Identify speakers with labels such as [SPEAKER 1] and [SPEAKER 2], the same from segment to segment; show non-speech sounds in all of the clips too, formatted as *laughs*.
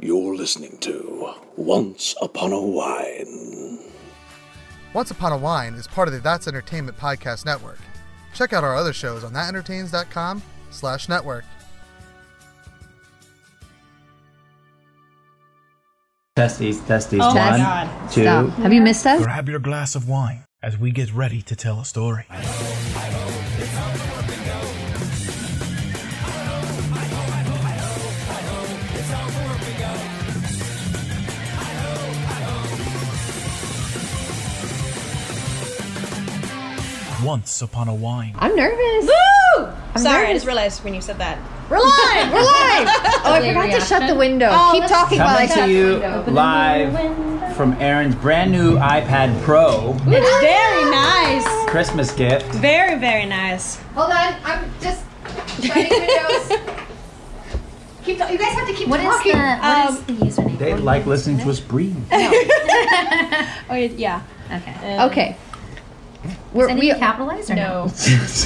[SPEAKER 1] You're listening to Once Upon a Wine.
[SPEAKER 2] Once Upon a Wine is part of the That's Entertainment Podcast Network. Check out our other shows on thatentertains.com slash network.
[SPEAKER 3] Testies, testies.
[SPEAKER 4] Oh my
[SPEAKER 3] One,
[SPEAKER 4] God.
[SPEAKER 3] two.
[SPEAKER 5] Stop. Have you missed us?
[SPEAKER 6] Grab your glass of wine as we get ready to tell a story. Once upon a wine.
[SPEAKER 5] I'm nervous.
[SPEAKER 4] Woo!
[SPEAKER 5] I'm
[SPEAKER 4] Sorry, I
[SPEAKER 5] nervous.
[SPEAKER 4] just realized when you said that.
[SPEAKER 5] We're live. We're live. *laughs* oh, I forgot to shut the window.
[SPEAKER 4] Oh,
[SPEAKER 5] Keep
[SPEAKER 4] that's-
[SPEAKER 5] talking while I
[SPEAKER 3] Coming
[SPEAKER 5] shut
[SPEAKER 3] to
[SPEAKER 5] the
[SPEAKER 3] you
[SPEAKER 5] window.
[SPEAKER 3] live from Aaron's brand new iPad Pro
[SPEAKER 4] It's very nice.
[SPEAKER 3] Christmas gift.
[SPEAKER 4] Very, very nice.
[SPEAKER 5] Hold on. I'm just shutting windows. keep. You guys have to keep
[SPEAKER 7] What is the
[SPEAKER 5] talking.
[SPEAKER 7] what
[SPEAKER 4] Um,
[SPEAKER 7] is the username?
[SPEAKER 3] They like listening to
[SPEAKER 4] *laughs*
[SPEAKER 3] us breathe.
[SPEAKER 4] Oh, yeah.
[SPEAKER 5] *laughs*
[SPEAKER 7] Okay.
[SPEAKER 5] okay. We're,
[SPEAKER 7] Is any
[SPEAKER 5] we,
[SPEAKER 7] capitalized or no?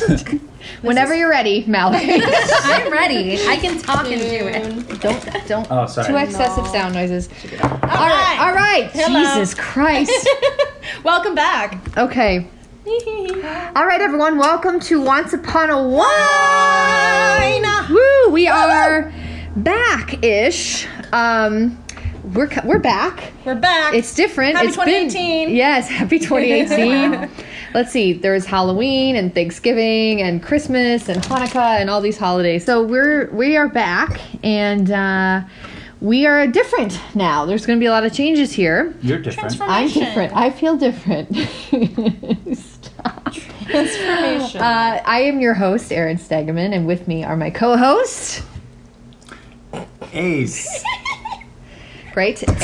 [SPEAKER 4] No.
[SPEAKER 5] whenever you're ready, Mallory.
[SPEAKER 7] I'm ready. I can talk and do it.
[SPEAKER 5] *laughs* don't don't.
[SPEAKER 3] *laughs* Oh, sorry.
[SPEAKER 5] Too excessive sound noises.
[SPEAKER 4] All
[SPEAKER 5] All right.
[SPEAKER 4] right.
[SPEAKER 5] All right.
[SPEAKER 4] Hello.
[SPEAKER 5] Jesus *laughs* Christ.
[SPEAKER 4] Welcome back.
[SPEAKER 5] *laughs* okay. All right, everyone, welcome to Once Upon a Wine. Woo, we are back ish. Um, we're co- we're back.
[SPEAKER 4] We're back.
[SPEAKER 5] It's different.
[SPEAKER 4] Happy
[SPEAKER 5] It's been-
[SPEAKER 4] 2018.
[SPEAKER 5] yes, happy 2018.
[SPEAKER 4] *laughs*
[SPEAKER 5] Let's see. There's Halloween and Thanksgiving and Christmas and Hanukkah and all these holidays. So we're we are back and uh, we are different now. There's going to be a lot of changes here.
[SPEAKER 3] You're different.
[SPEAKER 5] I'm different. I feel different. *laughs* Stop.
[SPEAKER 4] Transformation.
[SPEAKER 5] Uh, I am your host, Erin Stegeman, and with me are my co-host,
[SPEAKER 3] Ace.
[SPEAKER 5] right? And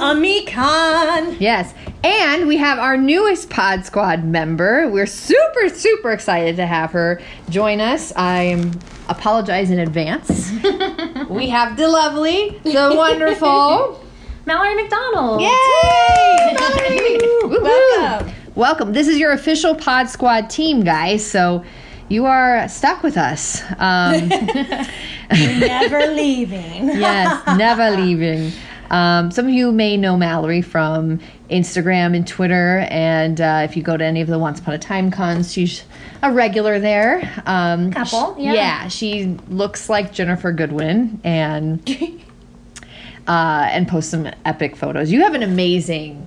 [SPEAKER 4] Amikon.
[SPEAKER 5] yes, and we have our newest Pod Squad member. We're super, super excited to have her join us. I apologize in advance. we have the lovely, the wonderful.
[SPEAKER 7] Mallory McDonald.
[SPEAKER 5] Yay! Mallory! Woo-hoo.
[SPEAKER 4] Welcome.
[SPEAKER 5] Welcome. This is your official Pod Squad team, guys. So you are stuck with us.
[SPEAKER 4] *laughs*
[SPEAKER 5] Um, *laughs*
[SPEAKER 4] Never leaving.
[SPEAKER 5] yes, never leaving. Um, some of you may know Mallory from Instagram and Twitter, and uh, if you go to any of the Once Upon a Time cons, she's a regular there. Um,
[SPEAKER 7] Couple,
[SPEAKER 5] sh-
[SPEAKER 7] yeah.
[SPEAKER 5] yeah, she looks like Jennifer Goodwin,
[SPEAKER 7] *laughs*
[SPEAKER 5] and uh, and posts some epic photos. You have an amazing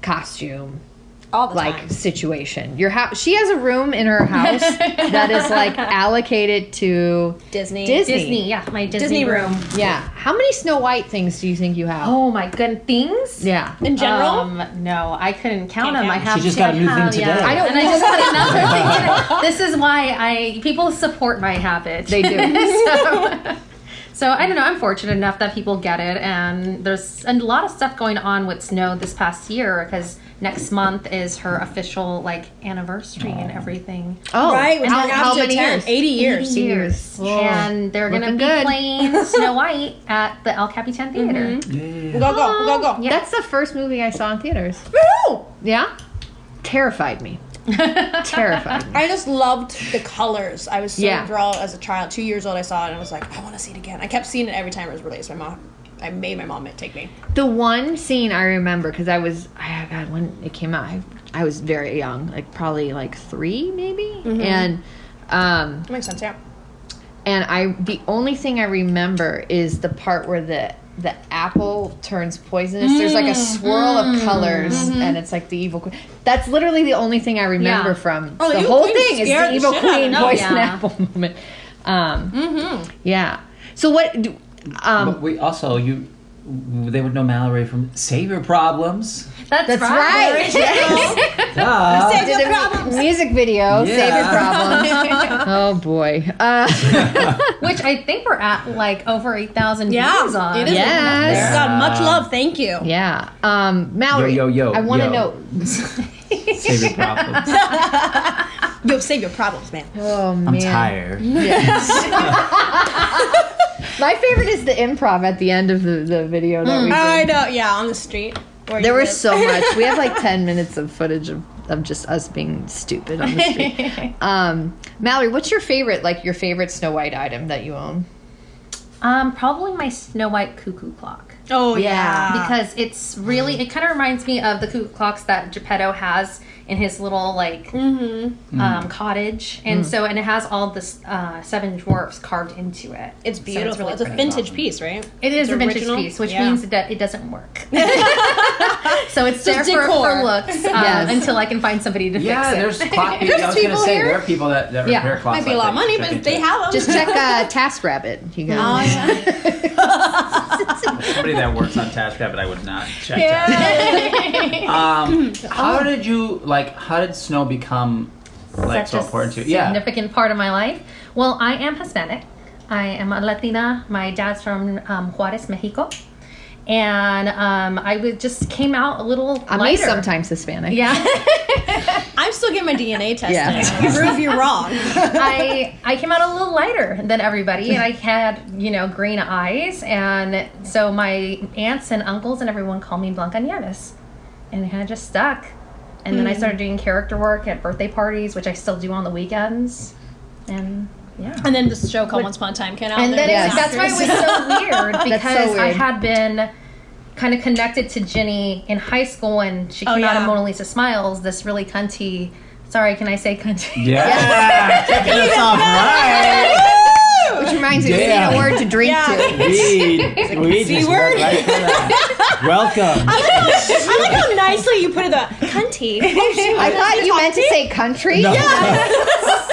[SPEAKER 5] costume
[SPEAKER 4] All the
[SPEAKER 5] like
[SPEAKER 4] time.
[SPEAKER 5] situation. Your house. She has a room in her house
[SPEAKER 7] *laughs*
[SPEAKER 5] that is like allocated to
[SPEAKER 4] Disney.
[SPEAKER 5] Disney.
[SPEAKER 7] Disney. Yeah, my Disney,
[SPEAKER 4] Disney room.
[SPEAKER 5] Yeah. How many Snow White things do you think you have?
[SPEAKER 7] Oh my good things.
[SPEAKER 5] Yeah.
[SPEAKER 4] In general.
[SPEAKER 7] Um, no, I couldn't count
[SPEAKER 4] Can't
[SPEAKER 7] them. I
[SPEAKER 4] count.
[SPEAKER 7] have.
[SPEAKER 3] She just
[SPEAKER 7] to,
[SPEAKER 3] got a
[SPEAKER 7] I
[SPEAKER 3] new
[SPEAKER 7] have-
[SPEAKER 3] thing
[SPEAKER 7] yeah.
[SPEAKER 3] today. I
[SPEAKER 5] don't
[SPEAKER 7] and I
[SPEAKER 5] know.
[SPEAKER 7] just got another thing. This is why I people support my habit.
[SPEAKER 5] They do.
[SPEAKER 7] *laughs*
[SPEAKER 5] *laughs*
[SPEAKER 7] so, so I don't know. I'm fortunate enough that people get it, and there's a lot of stuff going on with Snow this past year because next month is her official like anniversary and everything.
[SPEAKER 5] Oh,
[SPEAKER 4] Right, which
[SPEAKER 5] how,
[SPEAKER 4] we're
[SPEAKER 5] how
[SPEAKER 4] up to
[SPEAKER 5] many
[SPEAKER 4] 10,
[SPEAKER 5] years?
[SPEAKER 4] 80 years.
[SPEAKER 5] years.
[SPEAKER 7] and they're gonna
[SPEAKER 5] looking
[SPEAKER 7] be
[SPEAKER 5] good.
[SPEAKER 7] playing Snow White at the El Capitan Theater.
[SPEAKER 5] Mm-hmm.
[SPEAKER 4] Go, go, go, go.
[SPEAKER 7] Yeah.
[SPEAKER 5] That's the first movie I saw in theaters.
[SPEAKER 4] Woohoo!
[SPEAKER 5] Yeah, terrified me. terrified. Me.
[SPEAKER 4] I just loved the colors. I was so
[SPEAKER 5] Yeah.
[SPEAKER 4] enthralled as a child. Two years old, I saw it and I was like, I want to see it again. I kept seeing it every time it was released. My mom, I made my mom take me.
[SPEAKER 5] The one scene I remember because I was, oh God, when it came out, I, I was very young, like probably like three maybe,
[SPEAKER 4] Mm-hmm.
[SPEAKER 5] and um,
[SPEAKER 4] That makes sense, yeah.
[SPEAKER 5] and I the only thing I remember is the part where the the apple turns poisonous. There's like a
[SPEAKER 4] Mm-hmm.
[SPEAKER 5] swirl of colors, and it's like the evil queen. That's literally the only thing I remember
[SPEAKER 7] Yeah.
[SPEAKER 5] from
[SPEAKER 4] Oh,
[SPEAKER 5] the
[SPEAKER 4] you
[SPEAKER 5] whole
[SPEAKER 4] queen
[SPEAKER 5] thing is
[SPEAKER 4] scared
[SPEAKER 5] the
[SPEAKER 4] the
[SPEAKER 5] evil
[SPEAKER 4] shit out of
[SPEAKER 5] queen
[SPEAKER 4] me. Mm-hmm.
[SPEAKER 5] poison
[SPEAKER 7] Yeah.
[SPEAKER 5] apple *laughs* moment. Um, Yeah. So what? Do, um,
[SPEAKER 3] But we also you. They would know Mallory from Savior
[SPEAKER 4] *laughs*
[SPEAKER 3] Problems. Ah.
[SPEAKER 7] That's,
[SPEAKER 5] that's
[SPEAKER 7] right.
[SPEAKER 5] right. Yes.
[SPEAKER 3] Duh.
[SPEAKER 4] Save
[SPEAKER 5] Did
[SPEAKER 4] your
[SPEAKER 5] a
[SPEAKER 4] problems.
[SPEAKER 5] music video. Save your
[SPEAKER 4] Yeah.
[SPEAKER 5] problems. oh boy. Uh,
[SPEAKER 7] Which I think we're at like over 8,000
[SPEAKER 4] Yeah,
[SPEAKER 7] views on.
[SPEAKER 4] it is.
[SPEAKER 5] yes.
[SPEAKER 4] God, much love. Thank you.
[SPEAKER 5] Yeah. Um, Mallory.
[SPEAKER 3] Yo, yo, yo,
[SPEAKER 5] I want to
[SPEAKER 3] yo.
[SPEAKER 5] know.
[SPEAKER 3] Savior
[SPEAKER 4] *laughs*
[SPEAKER 3] Problems.
[SPEAKER 4] Yo, save your problems, man.
[SPEAKER 5] Oh man.
[SPEAKER 3] I'm tired.
[SPEAKER 5] My favorite is the improv at the end of the, the video that we did.
[SPEAKER 4] I know. Yeah, on the street. where
[SPEAKER 5] There
[SPEAKER 4] you
[SPEAKER 5] was
[SPEAKER 4] live.
[SPEAKER 5] so much. We have like 10 minutes of footage of, of just us being stupid on the *laughs* street. um, Mallory, what's your favorite, like your favorite Snow White item that you own?
[SPEAKER 7] Um, probably my Snow White cuckoo clock.
[SPEAKER 4] Oh
[SPEAKER 5] Yeah,
[SPEAKER 4] yeah.
[SPEAKER 7] because it's really it kind of reminds me of the cuckoo clocks that Geppetto has in his little like
[SPEAKER 4] Mm-hmm.
[SPEAKER 7] um, cottage, and so and it has all this uh, seven dwarfs carved into it.
[SPEAKER 4] it's
[SPEAKER 7] So
[SPEAKER 4] beautiful. it's,
[SPEAKER 7] really
[SPEAKER 4] a
[SPEAKER 7] pretty.
[SPEAKER 4] vintage piece, right?
[SPEAKER 7] It is
[SPEAKER 4] It's
[SPEAKER 7] a vintage
[SPEAKER 4] original?
[SPEAKER 7] piece, which
[SPEAKER 4] Yeah.
[SPEAKER 7] means that it doesn't
[SPEAKER 4] *laughs*
[SPEAKER 7] work. *laughs* so it's there
[SPEAKER 4] just
[SPEAKER 7] for, for
[SPEAKER 4] decor.
[SPEAKER 7] looks um,
[SPEAKER 5] Yes.
[SPEAKER 7] until I can find somebody to
[SPEAKER 3] Yeah,
[SPEAKER 7] fix
[SPEAKER 3] there's
[SPEAKER 4] *laughs*
[SPEAKER 7] it.
[SPEAKER 3] clock people. I was gonna
[SPEAKER 4] people
[SPEAKER 3] say
[SPEAKER 4] here.
[SPEAKER 3] there are people that, that
[SPEAKER 7] Yeah.
[SPEAKER 3] repair clocks.
[SPEAKER 4] Might be a lot of money, but they have them.
[SPEAKER 5] Just check uh, TaskRabbit. You guys.
[SPEAKER 3] somebody that works on TaskRabbit. I would not check that. um,
[SPEAKER 4] Oh.
[SPEAKER 3] how did you like? How did snow become like so
[SPEAKER 7] such a
[SPEAKER 3] important to you? Yeah,
[SPEAKER 7] significant part of my life. Well, I am Hispanic. I am a Latina. My dad's from um, Juarez, Mexico, and um, I would just came out a little.
[SPEAKER 5] I'm
[SPEAKER 7] lighter.
[SPEAKER 5] sometimes Hispanic. *laughs*
[SPEAKER 7] Yeah,
[SPEAKER 4] I'm still getting my DNA tested.
[SPEAKER 8] *laughs*
[SPEAKER 5] Yeah.
[SPEAKER 4] Prove you're wrong.
[SPEAKER 7] I I came out a little lighter than everybody, and I had you know green eyes, and so my aunts and uncles and everyone called me Blanca Nieves, and it kind of just stuck. And
[SPEAKER 5] Hmm.
[SPEAKER 7] then I started doing character work at birthday parties, which I still do on the weekends, and yeah.
[SPEAKER 4] And then this show called Once Upon a Time came out.
[SPEAKER 7] And then
[SPEAKER 5] Yes.
[SPEAKER 7] that's why it was
[SPEAKER 4] *laughs*
[SPEAKER 7] so weird because I
[SPEAKER 5] weird.
[SPEAKER 7] had been kind of connected to Ginny in high school when she
[SPEAKER 4] Oh,
[SPEAKER 7] came out
[SPEAKER 4] yeah.
[SPEAKER 7] of Mona Lisa Smiles, this really cunty. Sorry, can I say
[SPEAKER 3] *laughs*
[SPEAKER 7] cunty?
[SPEAKER 3] yeah, checking us off right.
[SPEAKER 5] Which reminds me,
[SPEAKER 3] Yeah.
[SPEAKER 5] we need a word to drink to.
[SPEAKER 3] We, we just
[SPEAKER 4] word.
[SPEAKER 3] went right for that.
[SPEAKER 4] *laughs*
[SPEAKER 3] Welcome.
[SPEAKER 4] I like how nicely you put it. The cunty.
[SPEAKER 5] I thought you meant to say country.
[SPEAKER 3] No.
[SPEAKER 5] *laughs*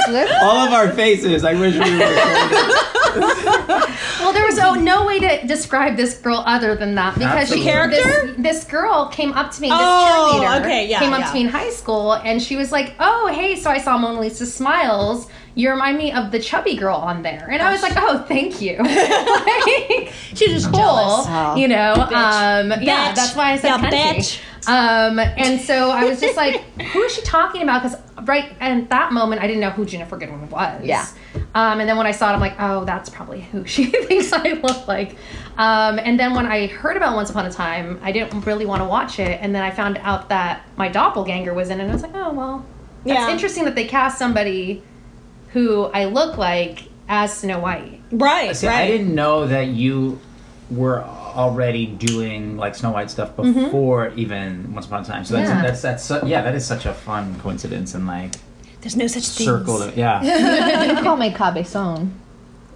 [SPEAKER 5] Slip.
[SPEAKER 3] All of our faces. I wish we were. recording.
[SPEAKER 7] Well, there was no, no way to describe this girl other than that because she
[SPEAKER 3] Absolutely.
[SPEAKER 7] this, this girl came up to me, this
[SPEAKER 4] Oh,
[SPEAKER 7] cheerleader,
[SPEAKER 4] okay, yeah,
[SPEAKER 7] came up
[SPEAKER 4] yeah.
[SPEAKER 7] to me in high school, and she was like, "Oh, hey, so I saw Mona Lisa Smiles. You remind me of the chubby girl on there," and I was like, "Oh,
[SPEAKER 4] *laughs*
[SPEAKER 7] thank you." *laughs* Like,
[SPEAKER 4] She's just
[SPEAKER 7] cool,
[SPEAKER 4] jealous.
[SPEAKER 7] you know. Um,
[SPEAKER 4] Bitch.
[SPEAKER 7] yeah,
[SPEAKER 4] Bitch.
[SPEAKER 7] that's why I said
[SPEAKER 4] Yeah,
[SPEAKER 7] cunty.
[SPEAKER 4] bitch.
[SPEAKER 7] Um, and so I was just like, who is she talking about? Because right at that moment, I didn't know who Jennifer Goodwin was.
[SPEAKER 5] Yeah.
[SPEAKER 7] Um, and then when I saw it, I'm like, oh, that's probably who she *laughs* thinks I look like. Um, and then when I heard about Once Upon a Time, I didn't really want to watch it. And then I found out that my doppelganger was in it, and I was like, oh, well, that's
[SPEAKER 4] Yeah.
[SPEAKER 7] interesting that they cast somebody who I look like as Snow White.
[SPEAKER 4] Right,
[SPEAKER 3] See, I
[SPEAKER 4] right.
[SPEAKER 3] didn't know that you were already doing like Snow White stuff
[SPEAKER 4] Mm-hmm.
[SPEAKER 3] before even Once Upon a Time. So that's
[SPEAKER 7] Yeah.
[SPEAKER 3] that's that's su- yeah, that is such a fun coincidence and like
[SPEAKER 4] There's no such thing.
[SPEAKER 3] circle. Of, yeah.
[SPEAKER 5] You call me cabezon.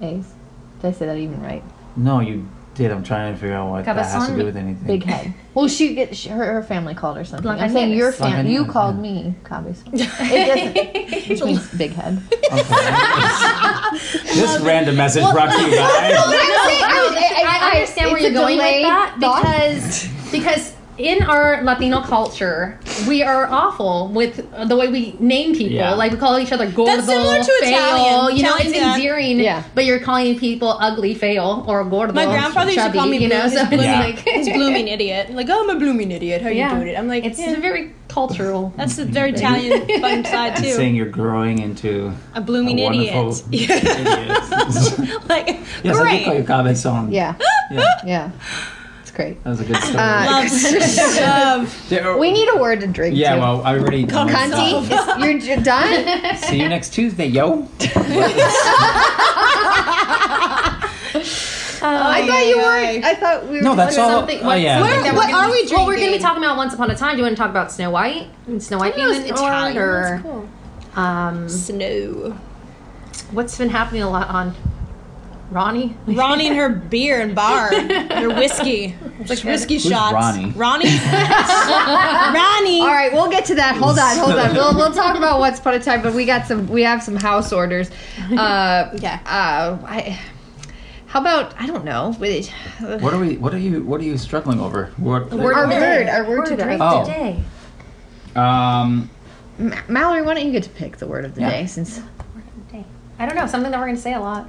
[SPEAKER 5] Ace. Did I say that even right?
[SPEAKER 3] no, you did. I'm trying to figure out what that has to
[SPEAKER 7] Cabezon,
[SPEAKER 3] do with anything.
[SPEAKER 5] Big head. Well, she get she, her, her family called her something.
[SPEAKER 7] Blanca
[SPEAKER 5] I'm saying your
[SPEAKER 7] Nieves.
[SPEAKER 5] fam.
[SPEAKER 3] Blanca
[SPEAKER 5] You
[SPEAKER 3] Nieves,
[SPEAKER 5] called
[SPEAKER 3] yeah.
[SPEAKER 5] me cabezon. It doesn't. Which means big
[SPEAKER 7] *laughs*
[SPEAKER 5] head.
[SPEAKER 3] *laughs* This random message brought to you by.
[SPEAKER 7] I understand where
[SPEAKER 5] it's a
[SPEAKER 7] you're going with
[SPEAKER 5] delayed
[SPEAKER 7] that
[SPEAKER 5] thought.
[SPEAKER 7] because because in our Latino culture, we are awful with the way we name people.
[SPEAKER 3] Yeah.
[SPEAKER 7] Like we call each other gordo,
[SPEAKER 4] That's similar to
[SPEAKER 7] feo.
[SPEAKER 4] Italian.
[SPEAKER 7] You know,
[SPEAKER 4] Italian
[SPEAKER 7] it's
[SPEAKER 4] do that.
[SPEAKER 7] endearing.
[SPEAKER 5] Yeah.
[SPEAKER 7] But you're calling people ugly, feo, or gordo.
[SPEAKER 4] My grandfather used to
[SPEAKER 7] chubby,
[SPEAKER 4] call me
[SPEAKER 7] You know,
[SPEAKER 4] blue-
[SPEAKER 7] so *laughs*
[SPEAKER 4] his *laughs* blue-
[SPEAKER 3] Yeah.
[SPEAKER 7] it's
[SPEAKER 4] He's
[SPEAKER 7] like
[SPEAKER 4] blooming idiot. Like, oh, I'm a blooming idiot. How
[SPEAKER 7] Yeah.
[SPEAKER 4] you doing it? I'm like,
[SPEAKER 7] it's
[SPEAKER 4] yeah.
[SPEAKER 7] very cultural.
[SPEAKER 4] that's the very Italian fun
[SPEAKER 3] *laughs*
[SPEAKER 4] side too.
[SPEAKER 3] Saying you're growing into
[SPEAKER 4] a
[SPEAKER 3] a
[SPEAKER 4] blooming
[SPEAKER 3] wonderful
[SPEAKER 4] idiot. *laughs* Yeah.
[SPEAKER 3] *laughs* idiot.
[SPEAKER 4] like,
[SPEAKER 3] yes, I did
[SPEAKER 4] *laughs*
[SPEAKER 3] call
[SPEAKER 4] great.
[SPEAKER 3] you comments on.
[SPEAKER 5] Yeah.
[SPEAKER 3] Yeah.
[SPEAKER 5] Yeah. It's great.
[SPEAKER 3] That was a good story. *laughs*
[SPEAKER 5] Uh,
[SPEAKER 4] Love.
[SPEAKER 3] There-
[SPEAKER 5] We need a word to drink
[SPEAKER 3] yeah,
[SPEAKER 5] to.
[SPEAKER 3] well, I already.
[SPEAKER 5] Cunty, is- you're j-
[SPEAKER 7] *laughs*
[SPEAKER 5] done.
[SPEAKER 3] See you next Tuesday, yo.
[SPEAKER 5] I thought you were. I thought we were.
[SPEAKER 3] No, that's
[SPEAKER 5] doing
[SPEAKER 3] all.
[SPEAKER 5] something-
[SPEAKER 3] oh yeah.
[SPEAKER 4] Where-
[SPEAKER 7] That
[SPEAKER 4] what
[SPEAKER 7] we're gonna
[SPEAKER 4] are
[SPEAKER 7] be-
[SPEAKER 4] we drinking?
[SPEAKER 7] Well, we're going to be talking about Once Upon a Time. Do you want to talk about Snow White? And Snow White being an
[SPEAKER 4] Italian.
[SPEAKER 7] or
[SPEAKER 4] That's cool.
[SPEAKER 7] um,
[SPEAKER 4] Snow.
[SPEAKER 7] what's been happening a lot on Ronnie?
[SPEAKER 4] Ronnie and her beer and bar, her whiskey. It's like whiskey shots.
[SPEAKER 3] Ronnie? *laughs*
[SPEAKER 4] Ronnie. Ronnie.
[SPEAKER 5] All right, we'll get to that. Hold on, hold on. We'll, we'll talk about once upon a time, but we got some. We have some house orders. Uh,
[SPEAKER 4] Okay.
[SPEAKER 5] Uh, I, how about I don't know. we-
[SPEAKER 3] What are we? What are you? What are you struggling over? What?
[SPEAKER 5] Our word, our word to
[SPEAKER 7] Word of
[SPEAKER 5] drink.
[SPEAKER 3] Oh.
[SPEAKER 7] the day.
[SPEAKER 3] Um.
[SPEAKER 5] Ma- Mallory, why don't you get to pick the word of the
[SPEAKER 3] Yeah.
[SPEAKER 5] day? Since
[SPEAKER 7] Dang. I don't know, something that we're going to say a lot.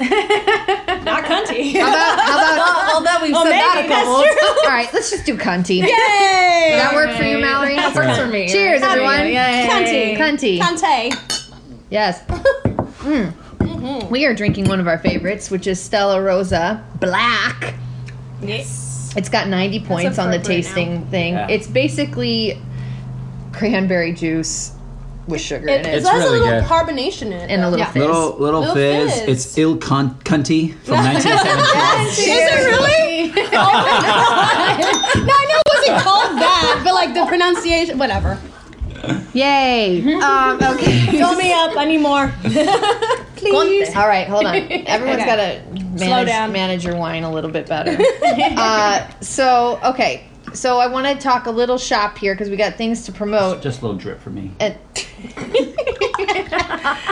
[SPEAKER 4] Not cunty.
[SPEAKER 5] how about how about Oh,
[SPEAKER 4] Although we've
[SPEAKER 5] said
[SPEAKER 4] maybe,
[SPEAKER 5] that a couple
[SPEAKER 4] that's true.
[SPEAKER 5] all right, let's just do cunty.
[SPEAKER 4] Yay!
[SPEAKER 5] Does that work for you, Mallory?
[SPEAKER 7] That works for me.
[SPEAKER 5] Cheers, everyone.
[SPEAKER 4] Cunty.
[SPEAKER 5] Cunty.
[SPEAKER 4] Cante.
[SPEAKER 5] Yes. Mm. We are drinking one of our favorites, which is Stella Rosa Black.
[SPEAKER 4] Yes.
[SPEAKER 5] It's got 90 points on the
[SPEAKER 4] appropriate now.
[SPEAKER 5] tasting thing.
[SPEAKER 3] Yeah.
[SPEAKER 5] It's basically cranberry juice with sugar
[SPEAKER 4] It,
[SPEAKER 5] in it
[SPEAKER 4] it
[SPEAKER 3] It's
[SPEAKER 4] has a
[SPEAKER 3] really
[SPEAKER 4] little
[SPEAKER 3] good.
[SPEAKER 4] carbonation in it.
[SPEAKER 5] and a
[SPEAKER 4] though.
[SPEAKER 5] little
[SPEAKER 7] Yeah.
[SPEAKER 5] fizz.
[SPEAKER 3] Little little
[SPEAKER 4] Little
[SPEAKER 3] fizz.
[SPEAKER 4] fizz.
[SPEAKER 3] It's Il Con- Cunty from 1972.
[SPEAKER 4] Is it really? Oh no, I know it wasn't called that, but like the pronunciation, whatever. *laughs*
[SPEAKER 5] Yay! um, okay.
[SPEAKER 4] Fill me up. I need more. Please.
[SPEAKER 5] All
[SPEAKER 4] *laughs*
[SPEAKER 5] right, hold on. Everyone's got to manage,
[SPEAKER 4] down.
[SPEAKER 5] manage your wine a little
[SPEAKER 4] *laughs*
[SPEAKER 5] bit better. uh, so, okay. So, I want to talk a little shop here because we got things to promote.
[SPEAKER 3] Just a little drip for me.
[SPEAKER 5] And,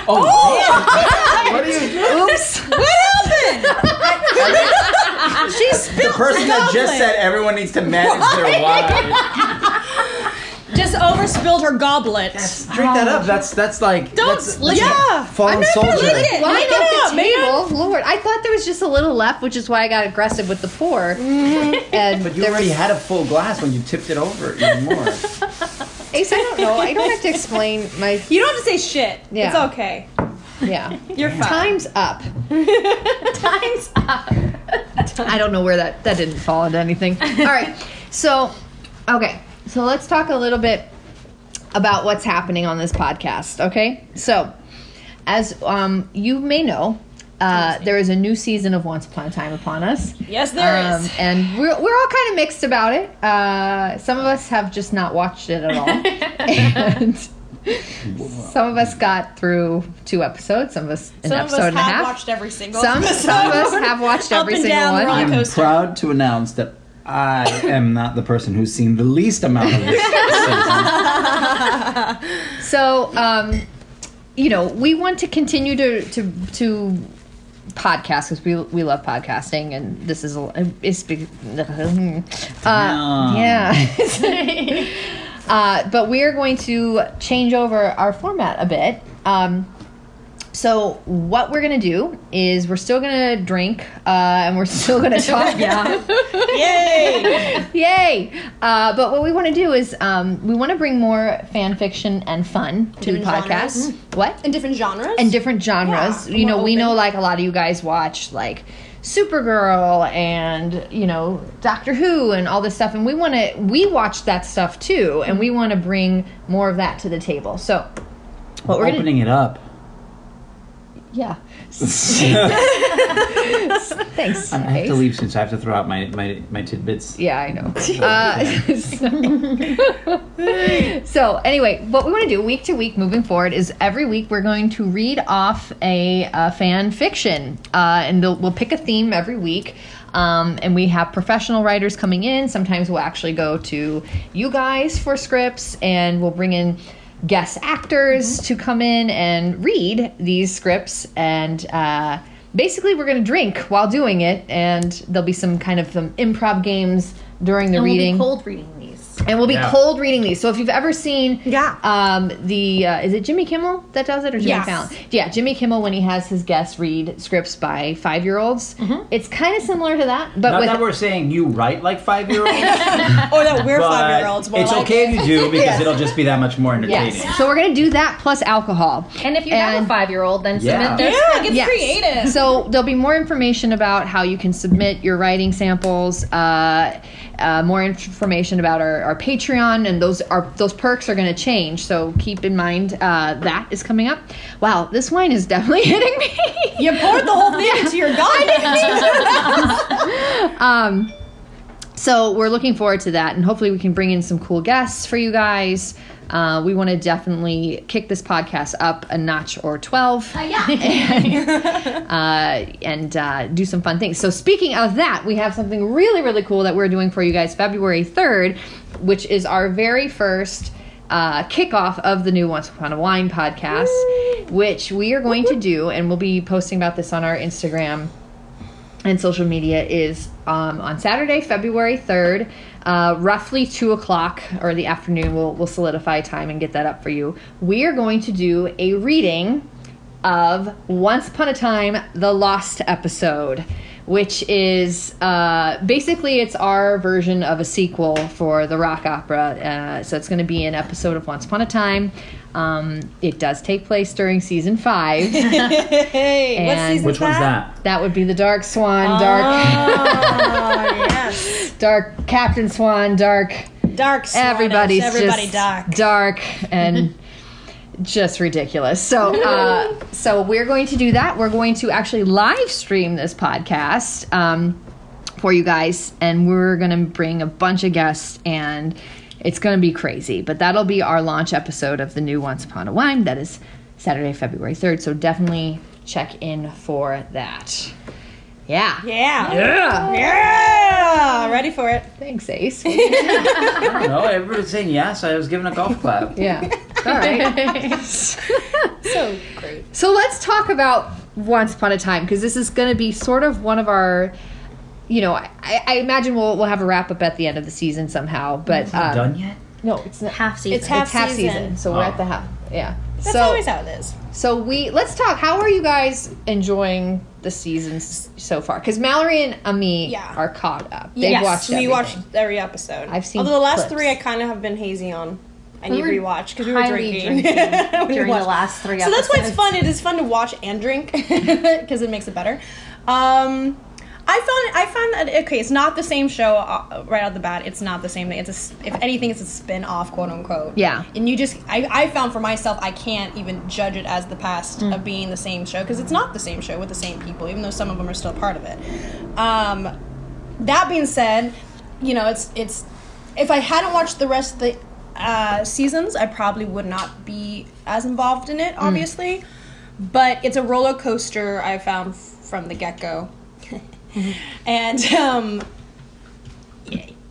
[SPEAKER 3] What are you?
[SPEAKER 5] oops.
[SPEAKER 3] The person that just said everyone needs to manage their water.
[SPEAKER 4] Just overspilled her goblet.
[SPEAKER 3] Drink that up. That's that's like
[SPEAKER 4] Don't.
[SPEAKER 3] that's,
[SPEAKER 4] lick yeah.
[SPEAKER 3] fallen soldier.
[SPEAKER 4] lick it.
[SPEAKER 5] Why
[SPEAKER 4] Lick
[SPEAKER 5] not
[SPEAKER 4] it
[SPEAKER 5] the
[SPEAKER 4] up, man.
[SPEAKER 5] table? Lord, I thought there was just a little left, which is why I got aggressive with the pour.
[SPEAKER 4] Mm-hmm.
[SPEAKER 5] And
[SPEAKER 3] But you
[SPEAKER 5] there
[SPEAKER 3] already
[SPEAKER 5] was,
[SPEAKER 3] had a full glass when you tipped it over even more.
[SPEAKER 5] Ace, *laughs* I don't know. I don't have to explain
[SPEAKER 4] *laughs*
[SPEAKER 5] my.
[SPEAKER 4] You don't have to say shit.
[SPEAKER 5] Yeah.
[SPEAKER 4] It's okay.
[SPEAKER 5] Yeah.
[SPEAKER 4] You're fine.
[SPEAKER 5] Time's up.
[SPEAKER 7] Time's
[SPEAKER 5] *laughs*
[SPEAKER 7] up.
[SPEAKER 5] I don't know where that that didn't fall into anything. All right. So, okay. So let's talk a little bit about what's happening on this podcast, okay? So, as um, you may know, uh, there is a new season of Once Upon a Time upon us.
[SPEAKER 4] Yes, there is.
[SPEAKER 5] Um, And we're, we're all kind of mixed about it. Uh, some of us have just not watched it at all.
[SPEAKER 4] *laughs*
[SPEAKER 5] and some of us got through two episodes, some of us an
[SPEAKER 4] Some of
[SPEAKER 5] episode
[SPEAKER 4] us
[SPEAKER 5] and a
[SPEAKER 4] have
[SPEAKER 5] half.
[SPEAKER 4] watched every single
[SPEAKER 5] Some,
[SPEAKER 4] episode.
[SPEAKER 5] some of us have watched
[SPEAKER 4] Up
[SPEAKER 5] every
[SPEAKER 4] and
[SPEAKER 5] single
[SPEAKER 4] down
[SPEAKER 5] one.
[SPEAKER 4] roller
[SPEAKER 3] I'm
[SPEAKER 4] coaster.
[SPEAKER 3] proud to announce that I am not the person who's seen the least amount of
[SPEAKER 5] *laughs*
[SPEAKER 3] this season.
[SPEAKER 5] So, um, you know, we want to continue to to to podcast because we we love podcasting, and this is a it's big. Uh, yeah. *laughs* uh, but we are going to change over our format a bit. Um, so what we're gonna do is we're still gonna drink uh, and we're still gonna talk. yeah. *laughs*
[SPEAKER 4] Yay!
[SPEAKER 5] Yay! Uh, but what we want to do is um, we want to bring more fan fiction and fun to the
[SPEAKER 4] Different
[SPEAKER 5] podcast.
[SPEAKER 4] genres. Mm.
[SPEAKER 5] What?
[SPEAKER 4] In different genres.
[SPEAKER 5] And different genres.
[SPEAKER 4] Yeah,
[SPEAKER 5] you
[SPEAKER 4] more
[SPEAKER 5] know, we
[SPEAKER 4] open.
[SPEAKER 5] know like a lot of you guys watch like Supergirl and you know Doctor Who and all this stuff, and we want to we watch that stuff too, and we want to bring more of that to the table. So, what we're gonna
[SPEAKER 3] Opening it up.
[SPEAKER 5] yeah,
[SPEAKER 3] I
[SPEAKER 5] thanks.
[SPEAKER 3] have to
[SPEAKER 5] Ace.
[SPEAKER 3] leave since I have to throw out my my, my tidbits.
[SPEAKER 5] Yeah,
[SPEAKER 3] *laughs*
[SPEAKER 5] I know. Uh, *laughs* so, so anyway, what we want to do week to week moving forward is every week we're going to read off a, uh fan fiction, uh, and they'll- we'll pick a theme every week. Um, and we have professional writers coming in. Sometimes we'll actually go to you guys for scripts, and we'll bring in guest
[SPEAKER 7] Mm-hmm.
[SPEAKER 5] actors to come in and read these scripts and. Uh, basically we're going to drink while doing it and there'll be some kind of some improv games during the
[SPEAKER 7] And we'll be
[SPEAKER 5] reading
[SPEAKER 7] cold reading these.
[SPEAKER 5] and we'll be
[SPEAKER 3] Yeah.
[SPEAKER 5] cold reading these so if you've ever seen
[SPEAKER 4] Yeah.
[SPEAKER 5] um, the uh, is it jimmy kimmel that does it or jimmy
[SPEAKER 4] Yes.
[SPEAKER 5] fallon yeah jimmy kimmel when he has his guests read scripts by five year olds
[SPEAKER 4] Mm-hmm.
[SPEAKER 5] it's kind of similar to that but
[SPEAKER 3] Not
[SPEAKER 5] with
[SPEAKER 3] that we're saying you write like five year
[SPEAKER 5] *laughs*
[SPEAKER 3] olds.
[SPEAKER 8] Oh,
[SPEAKER 4] Or that we're
[SPEAKER 3] but
[SPEAKER 4] five year olds.
[SPEAKER 3] It's okay if you do because it'll just be that much more entertaining.
[SPEAKER 5] yes so we're going to do that plus alcohol
[SPEAKER 7] And if you have
[SPEAKER 5] And-
[SPEAKER 7] a five year old, then
[SPEAKER 3] Yeah.
[SPEAKER 7] submit their
[SPEAKER 4] Yeah, get
[SPEAKER 5] Yes.
[SPEAKER 4] creative.
[SPEAKER 5] So there'll be more information about how you can submit your writing samples, uh, uh, more information about our, our Patreon, and those are those perks are going to change. So keep in mind uh, that is coming up. Wow, this wine is definitely *laughs* hitting me.
[SPEAKER 4] You poured the whole
[SPEAKER 5] *laughs*
[SPEAKER 4] thing into your goblet.
[SPEAKER 5] So we're looking forward to that, and hopefully we can bring in some cool guests for you guys. Uh, we want to definitely kick this podcast up a notch or twelve. *laughs* and uh, do some fun things. So, speaking of that, we have something really, really cool that we're doing for you guys February 3rd, which is our very first uh, kickoff of the new Once Upon a Wine podcast, which we are going to do, and we'll be posting about this on our Instagram and social media is um, on Saturday, February 3rd, uh, roughly 2 o'clock or the afternoon. We'll, we'll solidify time and get that up for you. We are going to do a reading of Once Upon a Time, the Lost episode, which is uh, basically it's our version of a sequel for the rock opera. Uh, so it's going to be an episode of Once Upon a Time. Um, it does take place during season five.
[SPEAKER 4] hey, what's
[SPEAKER 5] And-
[SPEAKER 4] season
[SPEAKER 3] Which one's that?
[SPEAKER 5] that would be the Dark Swan, Dark.
[SPEAKER 4] Oh, *laughs* yes.
[SPEAKER 5] dark Captain Swan, dark
[SPEAKER 4] Dark. Swannish.
[SPEAKER 5] everybody's
[SPEAKER 4] Everybody
[SPEAKER 5] just
[SPEAKER 4] dark.
[SPEAKER 5] dark and just ridiculous. So, uh, so we're going to do that. We're going to actually live stream this podcast um, for you guys, and we're going to bring a bunch of guests, and it's going to be crazy. But that'll be our launch episode of the new Once Upon a Wine. That is Saturday, February third. So definitely check in for that. Yeah.
[SPEAKER 8] Yeah.
[SPEAKER 3] Yeah.
[SPEAKER 8] Yeah. Ready for it.
[SPEAKER 5] Thanks, Ace.
[SPEAKER 3] I don't know. Everybody was saying yes. I was giving a golf clap.
[SPEAKER 5] Yeah. All right. Oh,
[SPEAKER 4] So great.
[SPEAKER 5] So let's talk about Once Upon a Time because this is going to be sort of one of our, you know, I, I imagine we'll we'll have a wrap up at the end of the season somehow. But um,
[SPEAKER 3] Done yet?
[SPEAKER 5] no, it's not.
[SPEAKER 7] Half season.
[SPEAKER 8] It's half-
[SPEAKER 5] it's half season,
[SPEAKER 8] season.
[SPEAKER 5] so we're
[SPEAKER 3] Oh.
[SPEAKER 5] at the half. Yeah.
[SPEAKER 8] That's
[SPEAKER 5] so
[SPEAKER 8] always how it is.
[SPEAKER 5] so we let's talk. How are you guys enjoying the seasons so far? Because Mallory and Ami
[SPEAKER 8] Yeah.
[SPEAKER 5] are caught up. They've
[SPEAKER 8] yes,
[SPEAKER 5] watched.
[SPEAKER 8] we
[SPEAKER 5] everything.
[SPEAKER 8] watched every episode.
[SPEAKER 5] I've seen
[SPEAKER 8] Although the last
[SPEAKER 5] clips. Mm-hmm.
[SPEAKER 8] three, I kind of have been hazy on. I need
[SPEAKER 7] were
[SPEAKER 8] rewatch because we were
[SPEAKER 7] highly
[SPEAKER 8] drinking, *laughs*
[SPEAKER 7] drinking
[SPEAKER 8] We
[SPEAKER 7] during
[SPEAKER 8] watched-
[SPEAKER 7] the last three
[SPEAKER 8] So that's why it's
[SPEAKER 7] episodes.
[SPEAKER 8] fun. It is fun to watch and drink *laughs* because it makes it better. Um, I found I found that okay, it's not the same show uh, right out the bat. It's not the same thing. It's a s if anything, it's a spin off, quote unquote.
[SPEAKER 5] Yeah.
[SPEAKER 8] And you just I, I found for myself I can't even judge it as the past of being the same show because it's not the same show with the same people, even though some of them are still part of it. Um, that being said, you know, it's it's if I hadn't watched the rest of the uh, seasons, I probably would not be as involved in it,
[SPEAKER 5] Mm.
[SPEAKER 8] obviously. But it's a roller coaster I found f- from the get
[SPEAKER 5] *laughs*
[SPEAKER 8] go, and um,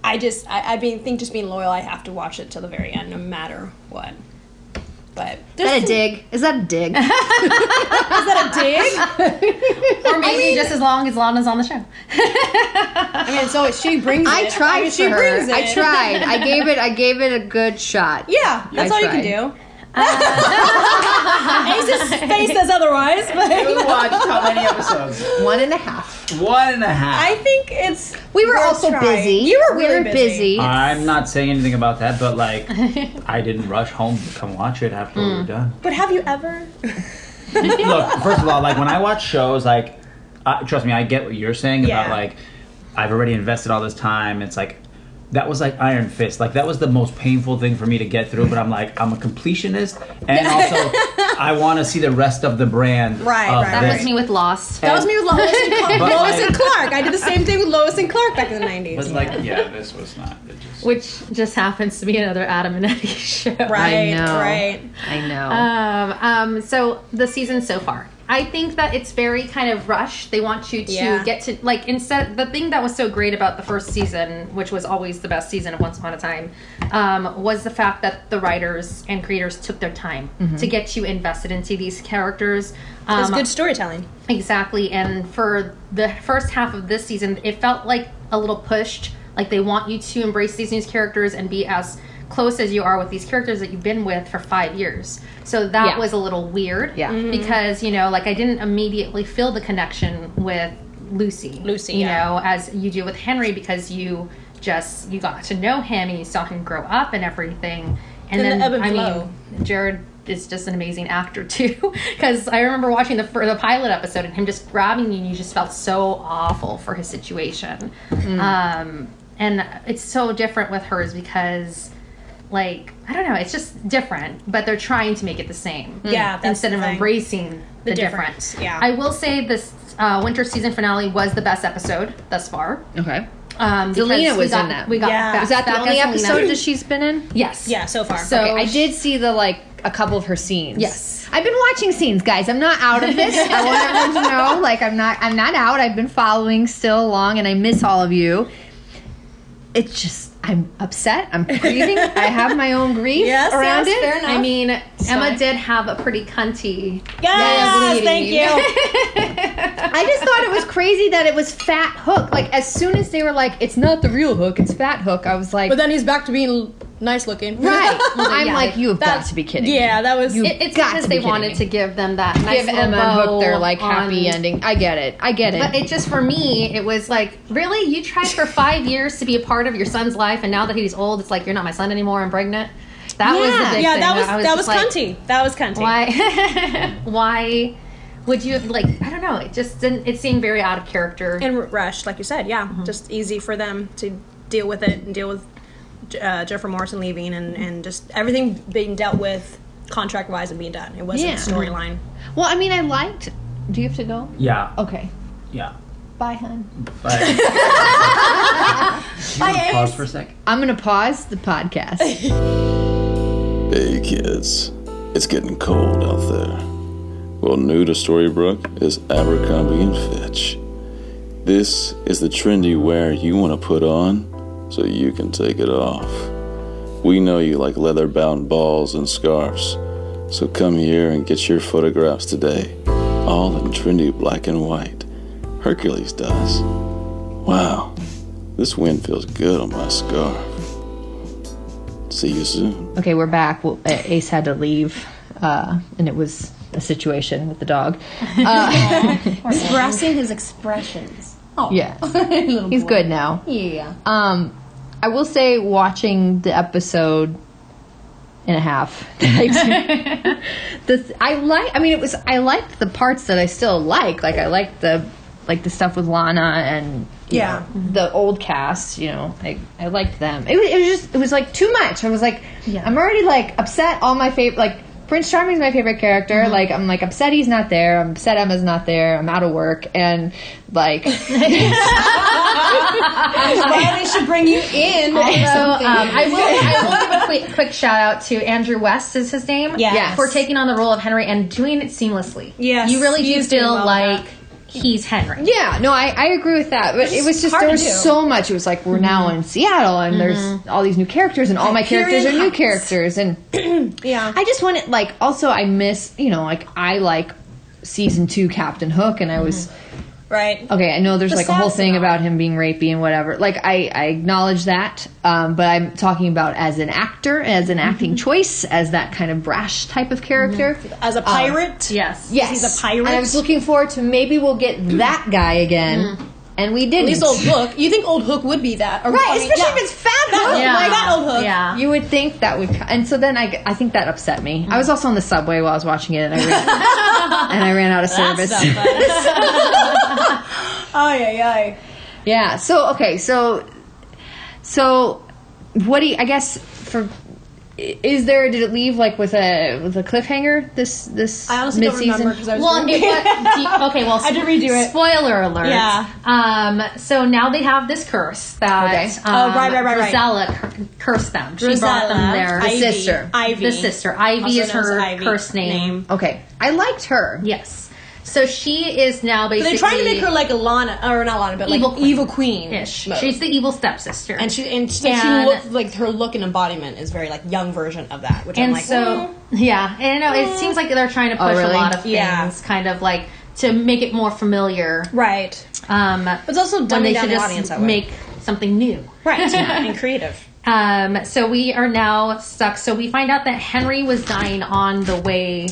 [SPEAKER 8] I just I, I being think just being loyal, I have to watch it till the very end, no matter what. But
[SPEAKER 5] Is that
[SPEAKER 8] there's
[SPEAKER 5] a dig? Is that a dig?
[SPEAKER 8] *laughs* a dig.
[SPEAKER 5] *laughs*
[SPEAKER 7] or maybe just as long as Lana's on the show.
[SPEAKER 8] I mean, it's always she brings.
[SPEAKER 5] I
[SPEAKER 8] it.
[SPEAKER 5] tried
[SPEAKER 8] I mean,
[SPEAKER 5] for
[SPEAKER 8] she
[SPEAKER 5] her.
[SPEAKER 8] brings it.
[SPEAKER 5] I tried. I gave it. I gave it a good shot.
[SPEAKER 8] Yeah, that's
[SPEAKER 5] I Uh,
[SPEAKER 8] all *laughs* you can do. *laughs* Ace's face says otherwise,
[SPEAKER 3] We
[SPEAKER 8] but
[SPEAKER 3] watched how many episodes?
[SPEAKER 5] One and a half.
[SPEAKER 3] One and a half.
[SPEAKER 8] I think it's.
[SPEAKER 5] We were
[SPEAKER 8] worth
[SPEAKER 5] also
[SPEAKER 8] trying.
[SPEAKER 5] busy.
[SPEAKER 8] You were
[SPEAKER 5] we
[SPEAKER 8] really
[SPEAKER 5] were busy.
[SPEAKER 3] I'm not saying anything about that, but
[SPEAKER 8] *laughs*
[SPEAKER 3] like, I didn't rush home to come watch it after we were done.
[SPEAKER 8] But have you ever?
[SPEAKER 3] Look, first of all, like when I watch shows, like, uh, trust me, I get what you're saying about
[SPEAKER 8] Yeah.
[SPEAKER 3] like, I've already invested all this time. It's like, that was like Iron Fist. Like that was the most painful thing for me to get through. But I'm like, I'm a completionist, and
[SPEAKER 8] *laughs*
[SPEAKER 3] also I want to see the rest of the brand.
[SPEAKER 8] Right,
[SPEAKER 3] of
[SPEAKER 8] right,
[SPEAKER 7] That
[SPEAKER 3] this.
[SPEAKER 7] was me with Lost.
[SPEAKER 8] That was me with Lois and
[SPEAKER 3] But,
[SPEAKER 8] Clark. Lois
[SPEAKER 3] like-
[SPEAKER 8] and Clark. I did the same thing with Lois and Clark back in the
[SPEAKER 3] But
[SPEAKER 8] nineties.
[SPEAKER 3] like, yeah, this was not. It just,
[SPEAKER 7] Which just happens to be another Adam and Eddie show.
[SPEAKER 8] Right,
[SPEAKER 5] know.
[SPEAKER 8] right.
[SPEAKER 5] I know.
[SPEAKER 7] Um, um, so the season so far. I think that it's very kind of rushed. They want you to
[SPEAKER 8] Yeah.
[SPEAKER 7] get to like instead the thing that was so great about the first season, which was always the best season of Once Upon a Time, um, was the fact that the writers and creators took their time
[SPEAKER 8] Mm-hmm.
[SPEAKER 7] to get you invested into these characters. Um,
[SPEAKER 8] It's good storytelling.
[SPEAKER 7] Exactly. And for the first half of this season, it felt like a little pushed. Like they want you to embrace these new characters and be as close as you are with these characters that you've been with for five years. So that
[SPEAKER 5] Yeah.
[SPEAKER 7] was a little weird.
[SPEAKER 5] Yeah.
[SPEAKER 8] Mm-hmm.
[SPEAKER 5] Mhm.
[SPEAKER 7] Because, you know, like I didn't immediately feel the connection with Lucy.
[SPEAKER 8] Lucy,
[SPEAKER 7] You
[SPEAKER 8] yeah.
[SPEAKER 7] know, as you do with Henry because you just you got to know him and you saw him grow up and everything.
[SPEAKER 8] And
[SPEAKER 7] And,
[SPEAKER 8] the
[SPEAKER 7] then
[SPEAKER 8] ebb and
[SPEAKER 7] I
[SPEAKER 8] flow.
[SPEAKER 7] mean Jared is just an amazing actor *laughs* too, because I remember watching the fir- the pilot episode and him just grabbing you, and you just felt so awful for his situation.
[SPEAKER 8] Mm.
[SPEAKER 7] Um, and it's so different with hers because, like, I don't know, it's just different, but they're trying to make it the same.
[SPEAKER 8] Yeah, Mm. that's
[SPEAKER 7] hmm, instead
[SPEAKER 8] the
[SPEAKER 7] of
[SPEAKER 8] thing.
[SPEAKER 7] embracing the,
[SPEAKER 8] difference,
[SPEAKER 7] difference.
[SPEAKER 8] yeah.
[SPEAKER 7] I will say this uh, winter season finale was the best episode thus far.
[SPEAKER 5] okay.
[SPEAKER 7] Um, because
[SPEAKER 5] Zelena
[SPEAKER 7] we
[SPEAKER 5] was
[SPEAKER 7] got,
[SPEAKER 5] in that.
[SPEAKER 7] We got
[SPEAKER 8] Yeah.
[SPEAKER 7] back,
[SPEAKER 8] Is
[SPEAKER 5] Is that the
[SPEAKER 7] back
[SPEAKER 5] only
[SPEAKER 7] Zelena.
[SPEAKER 5] episode that she's been in?
[SPEAKER 7] Yes.
[SPEAKER 8] Yeah, so far.
[SPEAKER 7] So
[SPEAKER 5] Okay, I did see the like a couple of her scenes.
[SPEAKER 7] Yes.
[SPEAKER 5] I've been watching scenes, guys. I'm not out of this. I want everyone to know, like, I'm not, I'm not out. I've been following still along, and I miss all of you. It's just, I'm upset. I'm grieving. I have my own grief
[SPEAKER 8] Yes,
[SPEAKER 5] around
[SPEAKER 8] yes,
[SPEAKER 5] it.
[SPEAKER 8] fair enough.
[SPEAKER 5] I
[SPEAKER 7] I
[SPEAKER 5] mean,
[SPEAKER 7] mean, Emma did have a pretty cunty.
[SPEAKER 8] Yes, thank you.
[SPEAKER 5] I just thought it was crazy that it was Fat Hook. Like, as soon as they were like, it's not the real Hook, it's Fat Hook. I was like,
[SPEAKER 8] But then he's back to being l- nice looking.
[SPEAKER 5] right? I'm
[SPEAKER 7] yeah,
[SPEAKER 5] like, you have got
[SPEAKER 8] That's-
[SPEAKER 5] to be kidding. me.
[SPEAKER 8] *laughs* Yeah, that was.
[SPEAKER 5] You-
[SPEAKER 7] It, it's
[SPEAKER 5] Got
[SPEAKER 7] because
[SPEAKER 5] to
[SPEAKER 7] they
[SPEAKER 5] be kidding
[SPEAKER 7] wanted
[SPEAKER 5] me.
[SPEAKER 7] to give them that nice
[SPEAKER 5] give
[SPEAKER 7] little
[SPEAKER 5] Emma and
[SPEAKER 7] bow
[SPEAKER 5] Hook their like happy
[SPEAKER 7] on-
[SPEAKER 5] ending. I get it. I get it.
[SPEAKER 7] But it just for me, it was like, really, you tried for five years to be a part of your son's life, and now that he's old, it's like you're not my son anymore. I'm pregnant. That was
[SPEAKER 5] Yeah.
[SPEAKER 7] the big
[SPEAKER 8] yeah,
[SPEAKER 7] thing.
[SPEAKER 8] that was
[SPEAKER 7] I
[SPEAKER 8] that was
[SPEAKER 7] just like,
[SPEAKER 8] cunty. That was cunty.
[SPEAKER 7] Why? *laughs* why would you like? I don't know. It just didn't. It seemed very out of character.
[SPEAKER 8] and r- rushed, like you said. Yeah, just easy for them to deal with it and deal with uh, Jeffrey Morrison leaving and, and just everything being dealt with contract wise and being done. It wasn't
[SPEAKER 5] Yeah.
[SPEAKER 8] storyline.
[SPEAKER 5] Well, I mean, I liked. Do you have to go?
[SPEAKER 3] Yeah.
[SPEAKER 5] Okay.
[SPEAKER 3] Yeah.
[SPEAKER 5] Bye, hun.
[SPEAKER 3] But Do you wanna pause for a sec.
[SPEAKER 5] I'm gonna pause the podcast.
[SPEAKER 1] Hey kids, it's getting cold out there. Well, new to Storybrooke is Abercrombie and Fitch. This is the trendy wear you want to put on so you can take it off. We know you like leather bound balls and scarves, so come here and get your photographs today, all in trendy black and white. Hercules does. Wow, this wind feels good on my scarf. See you soon.
[SPEAKER 5] okay, we're back. Well, uh, Ace had to leave, uh, and it was a situation with
[SPEAKER 8] *laughs*
[SPEAKER 5] the dog. Uh,
[SPEAKER 8] Expressing his expressions. Oh *laughs*
[SPEAKER 5] Yeah.
[SPEAKER 8] little
[SPEAKER 5] He's
[SPEAKER 8] boy.
[SPEAKER 5] good now.
[SPEAKER 8] Yeah.
[SPEAKER 5] Um, I will say, watching the episode and a half, *laughs* this I like. I mean, it was I liked the parts that I still like. Like I liked the like the stuff with Lana and you
[SPEAKER 8] Yeah.
[SPEAKER 5] know, the old cast. You know, I I liked them. It was, it was just it was like too much. I was like, I'm already like upset. All my favorite like. Prince Charming's my favorite character.
[SPEAKER 8] Mm-hmm.
[SPEAKER 5] Like I'm like upset he's not there. I'm upset Emma's not there. I'm out of work and like
[SPEAKER 8] *laughs* Why they should bring you in? *laughs*
[SPEAKER 7] So um, I will, I will give a quick, quick shout out to Andrew West is his name.
[SPEAKER 8] Yes. Yes.
[SPEAKER 7] For taking on the role of Henry and doing it seamlessly.
[SPEAKER 8] Yes.
[SPEAKER 7] You really
[SPEAKER 8] He
[SPEAKER 7] do
[SPEAKER 8] is doing
[SPEAKER 7] feel
[SPEAKER 8] well with
[SPEAKER 7] like he's Henry.
[SPEAKER 5] Yeah, no, I, I agree with that. But it was just
[SPEAKER 8] hard
[SPEAKER 5] there
[SPEAKER 8] to
[SPEAKER 5] was
[SPEAKER 8] do. Mm-hmm.
[SPEAKER 5] so much. It was like we're now in Seattle and there's all these new characters and all my characters are
[SPEAKER 8] Period
[SPEAKER 5] new
[SPEAKER 8] Heights.
[SPEAKER 5] characters and *clears throat*
[SPEAKER 8] yeah.
[SPEAKER 5] I just wanted like also I miss you know like I like season two Captain Hook and I
[SPEAKER 8] Mm-hmm.
[SPEAKER 5] was
[SPEAKER 8] right.
[SPEAKER 5] okay. I know there's like a whole
[SPEAKER 8] sass
[SPEAKER 5] thing
[SPEAKER 8] and all.
[SPEAKER 5] about him being rapey and whatever. Like I I acknowledge that, um, but I'm talking about as an actor, as an acting choice, as that kind of brash type of character.
[SPEAKER 8] As a pirate.
[SPEAKER 7] Yes.
[SPEAKER 5] Mm-hmm. Yes,
[SPEAKER 8] He's a pirate.
[SPEAKER 5] And I was looking forward to maybe we'll get that guy again, and we
[SPEAKER 8] At
[SPEAKER 5] didn't.
[SPEAKER 8] least old hook. You think old hook would be that? Or,
[SPEAKER 5] *laughs* Right,
[SPEAKER 8] I mean,
[SPEAKER 5] especially
[SPEAKER 8] yeah.
[SPEAKER 5] if it's fat
[SPEAKER 8] That
[SPEAKER 5] hook.
[SPEAKER 8] hook,
[SPEAKER 7] Yeah.
[SPEAKER 8] like that old hook.
[SPEAKER 7] Yeah.
[SPEAKER 5] You would think that would, and so then I, I think that upset me. I was also on the subway while I was watching it, and I ran, *laughs* and I ran out of service. *laughs*
[SPEAKER 8] Ay ay ay.
[SPEAKER 5] Yeah. So okay. So, so what do you, I guess for is there did it leave like with a with a cliffhanger this this
[SPEAKER 8] I honestly
[SPEAKER 5] mid-season?
[SPEAKER 8] don't remember because I was.
[SPEAKER 7] Well,
[SPEAKER 8] drinking. *laughs*
[SPEAKER 7] it was, do- okay. Well,
[SPEAKER 8] I did redo it.
[SPEAKER 7] Spoiler alert.
[SPEAKER 8] Yeah.
[SPEAKER 7] Um. So now they have this curse that
[SPEAKER 5] Okay.
[SPEAKER 7] um,
[SPEAKER 8] Oh, right, right, right, right.
[SPEAKER 7] Rosella cur- cursed them. She brought them
[SPEAKER 8] Rosella,
[SPEAKER 7] there.
[SPEAKER 8] Ivy,
[SPEAKER 5] sister.
[SPEAKER 8] Ivy.
[SPEAKER 7] The sister. Ivy
[SPEAKER 8] Also
[SPEAKER 7] is her
[SPEAKER 8] known as Ivy
[SPEAKER 7] curse name.
[SPEAKER 5] Okay, I liked her.
[SPEAKER 7] Yes. So she is now
[SPEAKER 8] But
[SPEAKER 7] basically.
[SPEAKER 8] they're trying to make her like Lana, or not Lana, but like
[SPEAKER 7] Evil
[SPEAKER 8] evil
[SPEAKER 7] queen.
[SPEAKER 8] queen.
[SPEAKER 7] ish.
[SPEAKER 8] mode.
[SPEAKER 7] She's the evil stepsister.
[SPEAKER 8] and she and, she- like,
[SPEAKER 7] And-
[SPEAKER 8] she look, like her look and embodiment is very like young version of that, which I'm
[SPEAKER 7] and
[SPEAKER 8] like. "Mm,
[SPEAKER 7] so yeah, and I know it seems like they're trying to push
[SPEAKER 5] really?
[SPEAKER 7] a lot of things,
[SPEAKER 8] Yeah.
[SPEAKER 7] kind of like to make it more familiar.
[SPEAKER 8] right.
[SPEAKER 7] Um,
[SPEAKER 8] It's also
[SPEAKER 7] when
[SPEAKER 8] dumbing
[SPEAKER 7] they
[SPEAKER 8] down
[SPEAKER 7] should
[SPEAKER 8] the
[SPEAKER 7] just
[SPEAKER 8] audience that way.
[SPEAKER 7] make something new.
[SPEAKER 8] right *laughs* and creative.
[SPEAKER 7] Um, so we are now stuck. So we find out that Henry was dying on the way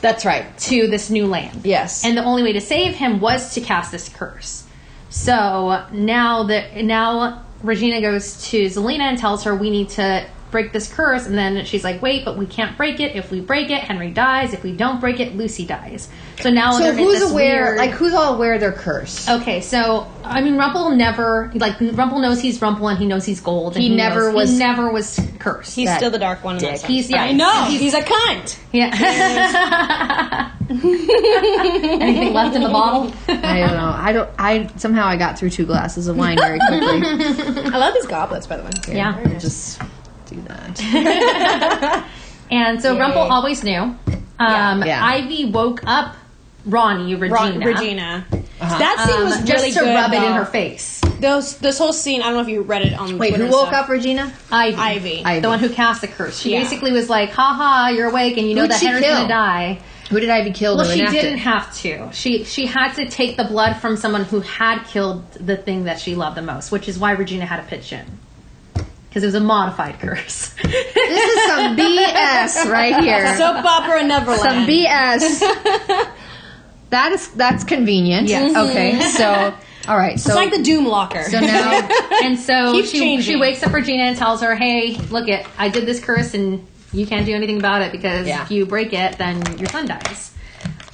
[SPEAKER 5] That's right.
[SPEAKER 7] to this new land.
[SPEAKER 5] Yes.
[SPEAKER 7] And the only way to save him was to cast this curse. So now that now Regina goes to Zelina and tells her we need to break this curse and then she's like, Wait, but we can't break it. If we break it, Henry dies. If we don't break it, Lucy dies. So now
[SPEAKER 5] So
[SPEAKER 7] they're in
[SPEAKER 5] who's
[SPEAKER 7] this
[SPEAKER 5] aware?
[SPEAKER 7] weird-
[SPEAKER 5] Like who's all aware they're cursed?
[SPEAKER 7] Okay, so I mean, Rumple never like Rumple knows he's Rumple and he knows he's gold. And
[SPEAKER 5] He never
[SPEAKER 7] knows-
[SPEAKER 5] was-
[SPEAKER 7] He never was cursed.
[SPEAKER 8] He's
[SPEAKER 5] That
[SPEAKER 8] still the dark one. in that sense.
[SPEAKER 7] He's- yeah,
[SPEAKER 8] I know.
[SPEAKER 7] he's-
[SPEAKER 8] He's, a cunt.
[SPEAKER 7] yeah. *laughs*
[SPEAKER 5] *laughs*
[SPEAKER 7] Anything left in the bottle?
[SPEAKER 5] I don't know. I don't. I somehow I got through two glasses of wine
[SPEAKER 7] *laughs*
[SPEAKER 5] very quickly.
[SPEAKER 8] I love his goblets, by the way.
[SPEAKER 7] Yeah.
[SPEAKER 5] Just do
[SPEAKER 7] *laughs*
[SPEAKER 5] that.
[SPEAKER 7] And so Rumple always knew. Um,
[SPEAKER 5] Yeah.
[SPEAKER 7] Ivy woke up Ronnie Regina,
[SPEAKER 8] Ron- Regina. That scene was
[SPEAKER 7] um,
[SPEAKER 8] really
[SPEAKER 7] just to
[SPEAKER 8] good,
[SPEAKER 7] rub it in
[SPEAKER 8] though.
[SPEAKER 7] her face.
[SPEAKER 8] Those, this whole scene, I don't know if you read it on.
[SPEAKER 5] Wait,
[SPEAKER 8] Twitter
[SPEAKER 5] who woke
[SPEAKER 8] and stuff.
[SPEAKER 5] up Regina?
[SPEAKER 7] Ivy,
[SPEAKER 8] Ivy.
[SPEAKER 5] Ivy.
[SPEAKER 7] the one who cast the curse. She
[SPEAKER 8] Yeah.
[SPEAKER 7] basically was like, "Ha ha, you're awake, and you know
[SPEAKER 5] Who'd
[SPEAKER 7] that
[SPEAKER 5] she
[SPEAKER 7] Henry's
[SPEAKER 5] kill?
[SPEAKER 7] gonna die."
[SPEAKER 5] Who did Ivy kill?
[SPEAKER 7] Well,
[SPEAKER 5] to
[SPEAKER 7] she
[SPEAKER 5] enact it? *laughs*
[SPEAKER 7] didn't have to. She she had to take the blood from someone who had killed the thing that she loved the most, which is why Regina had to pitch in because it was a modified curse. *laughs*
[SPEAKER 5] This is some BS right here.
[SPEAKER 8] Soap opera Neverland. *laughs*
[SPEAKER 5] some BS. That is that's convenient.
[SPEAKER 7] Yes.
[SPEAKER 5] Okay. So all right. So
[SPEAKER 8] Mm-hmm. It's like the Doom Locker.
[SPEAKER 5] so now
[SPEAKER 8] *laughs*
[SPEAKER 7] and so
[SPEAKER 8] Keeps
[SPEAKER 7] she,
[SPEAKER 8] changing.
[SPEAKER 7] she wakes up Regina and tells her, "Hey, look it, I did this curse, and you can't do anything about it because
[SPEAKER 5] Yeah.
[SPEAKER 7] if you break it, then your son dies."